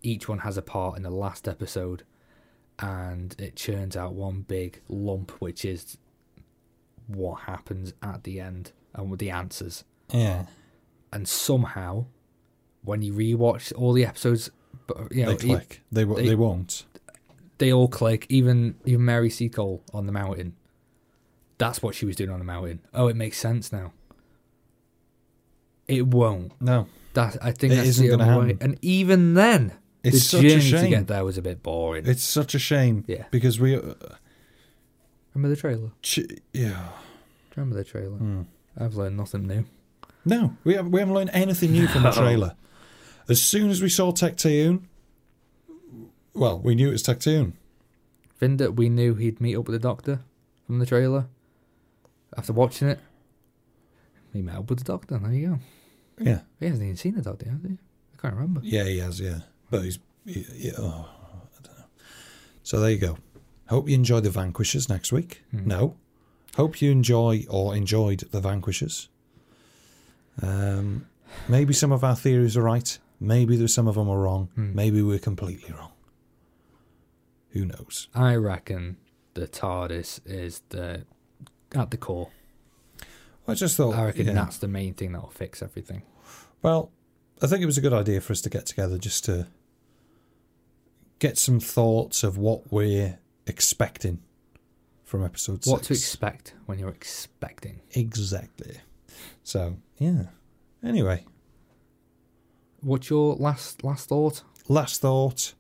Speaker 2: Each one has a part in the last episode, and it churns out one big lump, which is what happens at the end and with the answers.
Speaker 1: yeah,
Speaker 2: And somehow, when you rewatch all the episodes, but you know,
Speaker 1: they
Speaker 2: e-
Speaker 1: click. Oh, They w-
Speaker 2: they-
Speaker 1: they, won't.
Speaker 2: they all click. Even even Mary Seacole on the mountain. That's what she was doing on the mountain. Oh, it makes sense now. It won't.
Speaker 1: No,
Speaker 2: That I think
Speaker 1: It
Speaker 2: that's
Speaker 1: isn't
Speaker 2: the
Speaker 1: gonna
Speaker 2: only way.
Speaker 1: happen.
Speaker 2: And even then,
Speaker 1: It's
Speaker 2: the
Speaker 1: such a
Speaker 2: journey to
Speaker 1: shame.
Speaker 2: get there was a bit boring.
Speaker 1: it's such a shame.
Speaker 2: Yeah.
Speaker 1: because we. Uh,
Speaker 2: Remember the trailer?
Speaker 1: ch- yeah.
Speaker 2: Remember the trailer?
Speaker 1: Hmm.
Speaker 2: I've learned nothing new.
Speaker 1: No, we haven't, we haven't learned anything new [laughs] from the trailer. As soon as we saw Tectoon, well, we knew it was Tectoon.
Speaker 2: Vinda, we knew he'd meet up with the doctor from the trailer. after watching it, he met up with the doctor. There you go.
Speaker 1: Yeah.
Speaker 2: He hasn't even seen the doctor, has he? I can't remember.
Speaker 1: Yeah, he has. Yeah, but he's yeah. yeah, oh, I don't know. So there you go. Hope you enjoy the Vanquishers next week.
Speaker 2: Hmm.
Speaker 1: No, hope you enjoy or enjoyed the Vanquishers. Um, maybe some of our theories are right. Maybe there's some of them are wrong.
Speaker 2: Hmm.
Speaker 1: Maybe we're completely wrong. Who knows?
Speaker 2: I reckon the TARDIS is the at the core.
Speaker 1: I just thought.
Speaker 2: I reckon
Speaker 1: yeah.
Speaker 2: that's the main thing that'll fix everything.
Speaker 1: Well, I think it was a good idea for us to get together just to get some thoughts of what we're expecting from episode
Speaker 2: What to
Speaker 1: six.
Speaker 2: expect when you're expecting.
Speaker 1: exactly. So yeah. Anyway,
Speaker 2: What's your last last thought?
Speaker 1: last thought.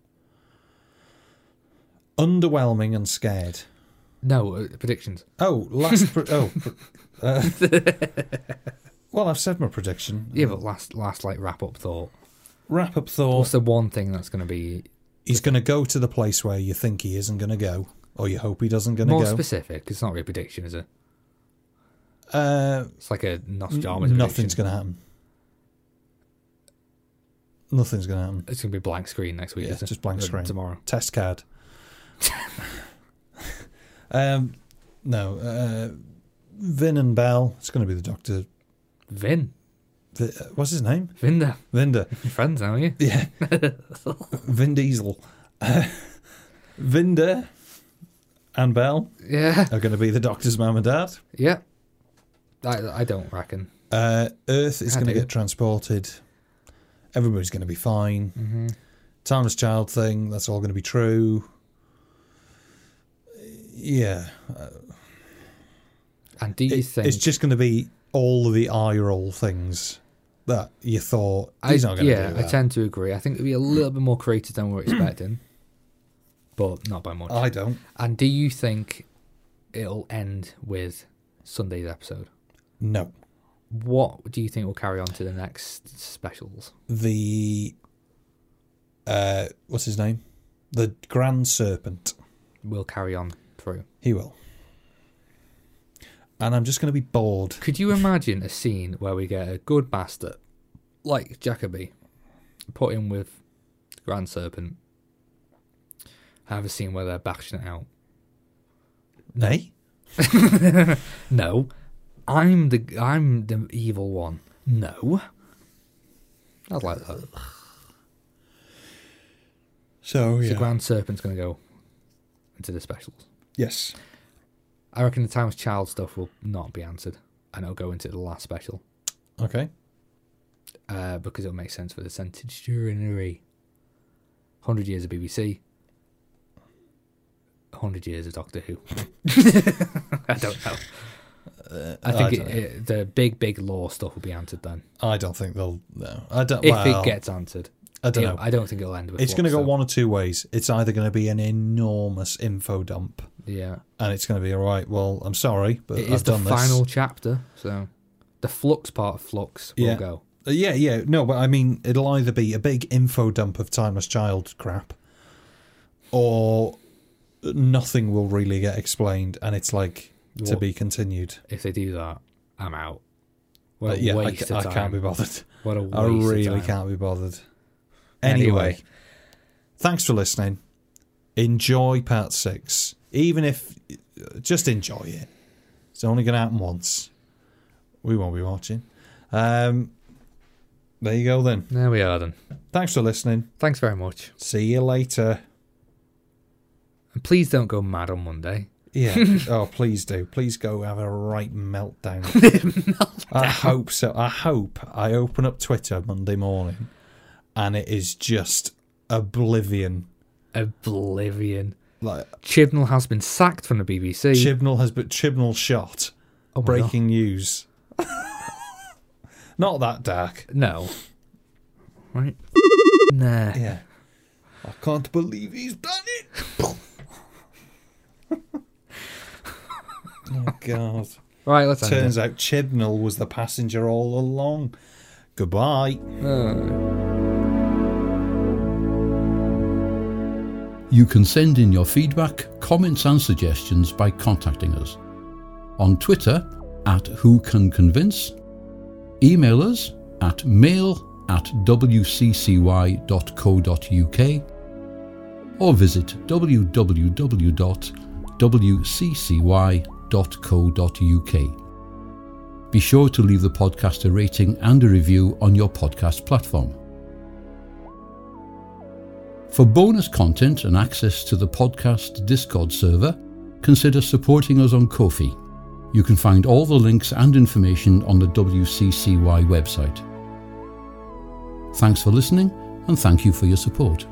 Speaker 1: Underwhelming and scared.
Speaker 2: No uh, predictions.
Speaker 1: Oh, last.
Speaker 2: [laughs]
Speaker 1: Pre- oh, pre- uh, well, I've said my prediction.
Speaker 2: Yeah, but last last like wrap up thought.
Speaker 1: Wrap up
Speaker 2: What's
Speaker 1: thought.
Speaker 2: the one thing that's going to be
Speaker 1: He's going to go to the place where you think he isn't going to go, or you hope he doesn't going to
Speaker 2: more
Speaker 1: go.
Speaker 2: specific? 'Cause It's not really a prediction, is it?
Speaker 1: uh,
Speaker 2: It's like a Nostradamus.
Speaker 1: Nothing's
Speaker 2: prediction.
Speaker 1: going to happen. Nothing's going to happen.
Speaker 2: It's going to be blank screen next week.
Speaker 1: Yeah,
Speaker 2: isn't it?
Speaker 1: just blank
Speaker 2: Uh,
Speaker 1: screen.
Speaker 2: tomorrow.
Speaker 1: Test card. um, no, uh, Vin and Bell. It's going to be the doctor.
Speaker 2: Vin,
Speaker 1: Vi- uh, What's his name?
Speaker 2: Vinda,
Speaker 1: Vinda.
Speaker 2: You're [laughs] friends, aren't you?
Speaker 1: Yeah. Vin Diesel. Uh, Vinda and Bell
Speaker 2: Yeah,
Speaker 1: are going to be the doctor's mum and dad.
Speaker 2: yeah. I I don't reckon.
Speaker 1: Uh, Earth is
Speaker 2: I
Speaker 1: going to
Speaker 2: do.
Speaker 1: get transported. Everybody's going to be fine.
Speaker 2: Mm-hmm.
Speaker 1: Timeless child thing, that's all going to be true. Yeah.
Speaker 2: And do you
Speaker 1: It-
Speaker 2: think
Speaker 1: it's just going to be all of the eye roll things that you thought he's
Speaker 2: I,
Speaker 1: not going to
Speaker 2: yeah,
Speaker 1: do
Speaker 2: I
Speaker 1: that.
Speaker 2: tend to agree. I think it'll be a little bit more creative than we're
Speaker 1: [clears throat]
Speaker 2: expecting, but not by much.
Speaker 1: I don't.
Speaker 2: and do you think it'll end with Sunday's episode?
Speaker 1: No.
Speaker 2: What do you think will carry on to the next specials?
Speaker 1: The. Uh, what's his name? The Grand Serpent.
Speaker 2: Will carry on through.
Speaker 1: He will. And I'm just going to be bored.
Speaker 2: Could you imagine a scene where we get a good bastard like Jacoby put in with Grand Serpent? Have a scene where they're bashing it out.
Speaker 1: Nay?
Speaker 2: No, I'm the I'm the evil one. No, I'd like that.
Speaker 1: So,
Speaker 2: The
Speaker 1: yeah.
Speaker 2: Grand Serpent's going to go into the specials.
Speaker 1: yes.
Speaker 2: I reckon the Times Child stuff will not be answered, and it'll go into the last special
Speaker 1: Okay.
Speaker 2: uh, because it'll make sense for the centenary. Hundred years of BBC. Hundred years of Doctor Who. [laughs] I don't know. I think
Speaker 1: Uh, don't
Speaker 2: it, it, the big, big law stuff will be answered then.
Speaker 1: I don't think they'll. No, I don't.
Speaker 2: If
Speaker 1: well,
Speaker 2: it gets answered,
Speaker 1: I don't
Speaker 2: It'll-
Speaker 1: know.
Speaker 2: I don't think it'll end with.
Speaker 1: it's going to
Speaker 2: to
Speaker 1: go one or two ways. It's either going to be an enormous info dump,
Speaker 2: Yeah,
Speaker 1: and it's going to be all right. Well, I'm sorry, but
Speaker 2: it
Speaker 1: I've
Speaker 2: is the
Speaker 1: done this.
Speaker 2: final chapter, so the flux part of flux will
Speaker 1: Yeah.
Speaker 2: go.
Speaker 1: Uh, Yeah, yeah. No, but I mean, it'll either be a big info dump of timeless child crap, or nothing will really get explained, and it's like to
Speaker 2: What?
Speaker 1: be continued.
Speaker 2: If they do that, I'm out.
Speaker 1: Uh,
Speaker 2: What a
Speaker 1: yeah, I,
Speaker 2: waste
Speaker 1: ca- I
Speaker 2: of time.
Speaker 1: can't be bothered.
Speaker 2: What a
Speaker 1: I
Speaker 2: waste of
Speaker 1: really
Speaker 2: time.
Speaker 1: can't be bothered.
Speaker 2: Anyway.
Speaker 1: anyway, thanks for listening. Enjoy part six, even if just enjoy it. It's only going to happen once. We won't be watching. Um, there you go then.
Speaker 2: There we are then.
Speaker 1: Thanks for listening.
Speaker 2: Thanks very much,
Speaker 1: See you later.
Speaker 2: and please don't go mad on Monday.
Speaker 1: [laughs] Yeah. oh, please do. Please go have a right [laughs] meltdown. I hope so. I hope I open up Twitter Monday morning and it is just oblivion.
Speaker 2: Oblivion.
Speaker 1: Like
Speaker 2: Chibnall has been sacked from the BBC.
Speaker 1: Chibnall has but Chibnall shot.
Speaker 2: Oh my
Speaker 1: breaking [laughs] news. Not that dark.
Speaker 2: God. No. Right. Nah.
Speaker 1: Yeah. I can't believe he's done it. [laughs] oh God.
Speaker 2: Right. Let's end
Speaker 1: Turns out Chibnall was the passenger all along. Goodbye.
Speaker 2: it. Uh.
Speaker 5: You can send in your feedback, comments, and suggestions by contacting us on Twitter at Who Can Convince. Email us at mail at wccy.co.uk or visit www.wccy.co.uk. Be sure to leave the podcast a rating and a review on your podcast platform. For bonus content and access to the podcast Discord server, consider supporting us on Ko-fi. You can find all the links and information on the WCCY website. Thanks for listening and thank you for your support.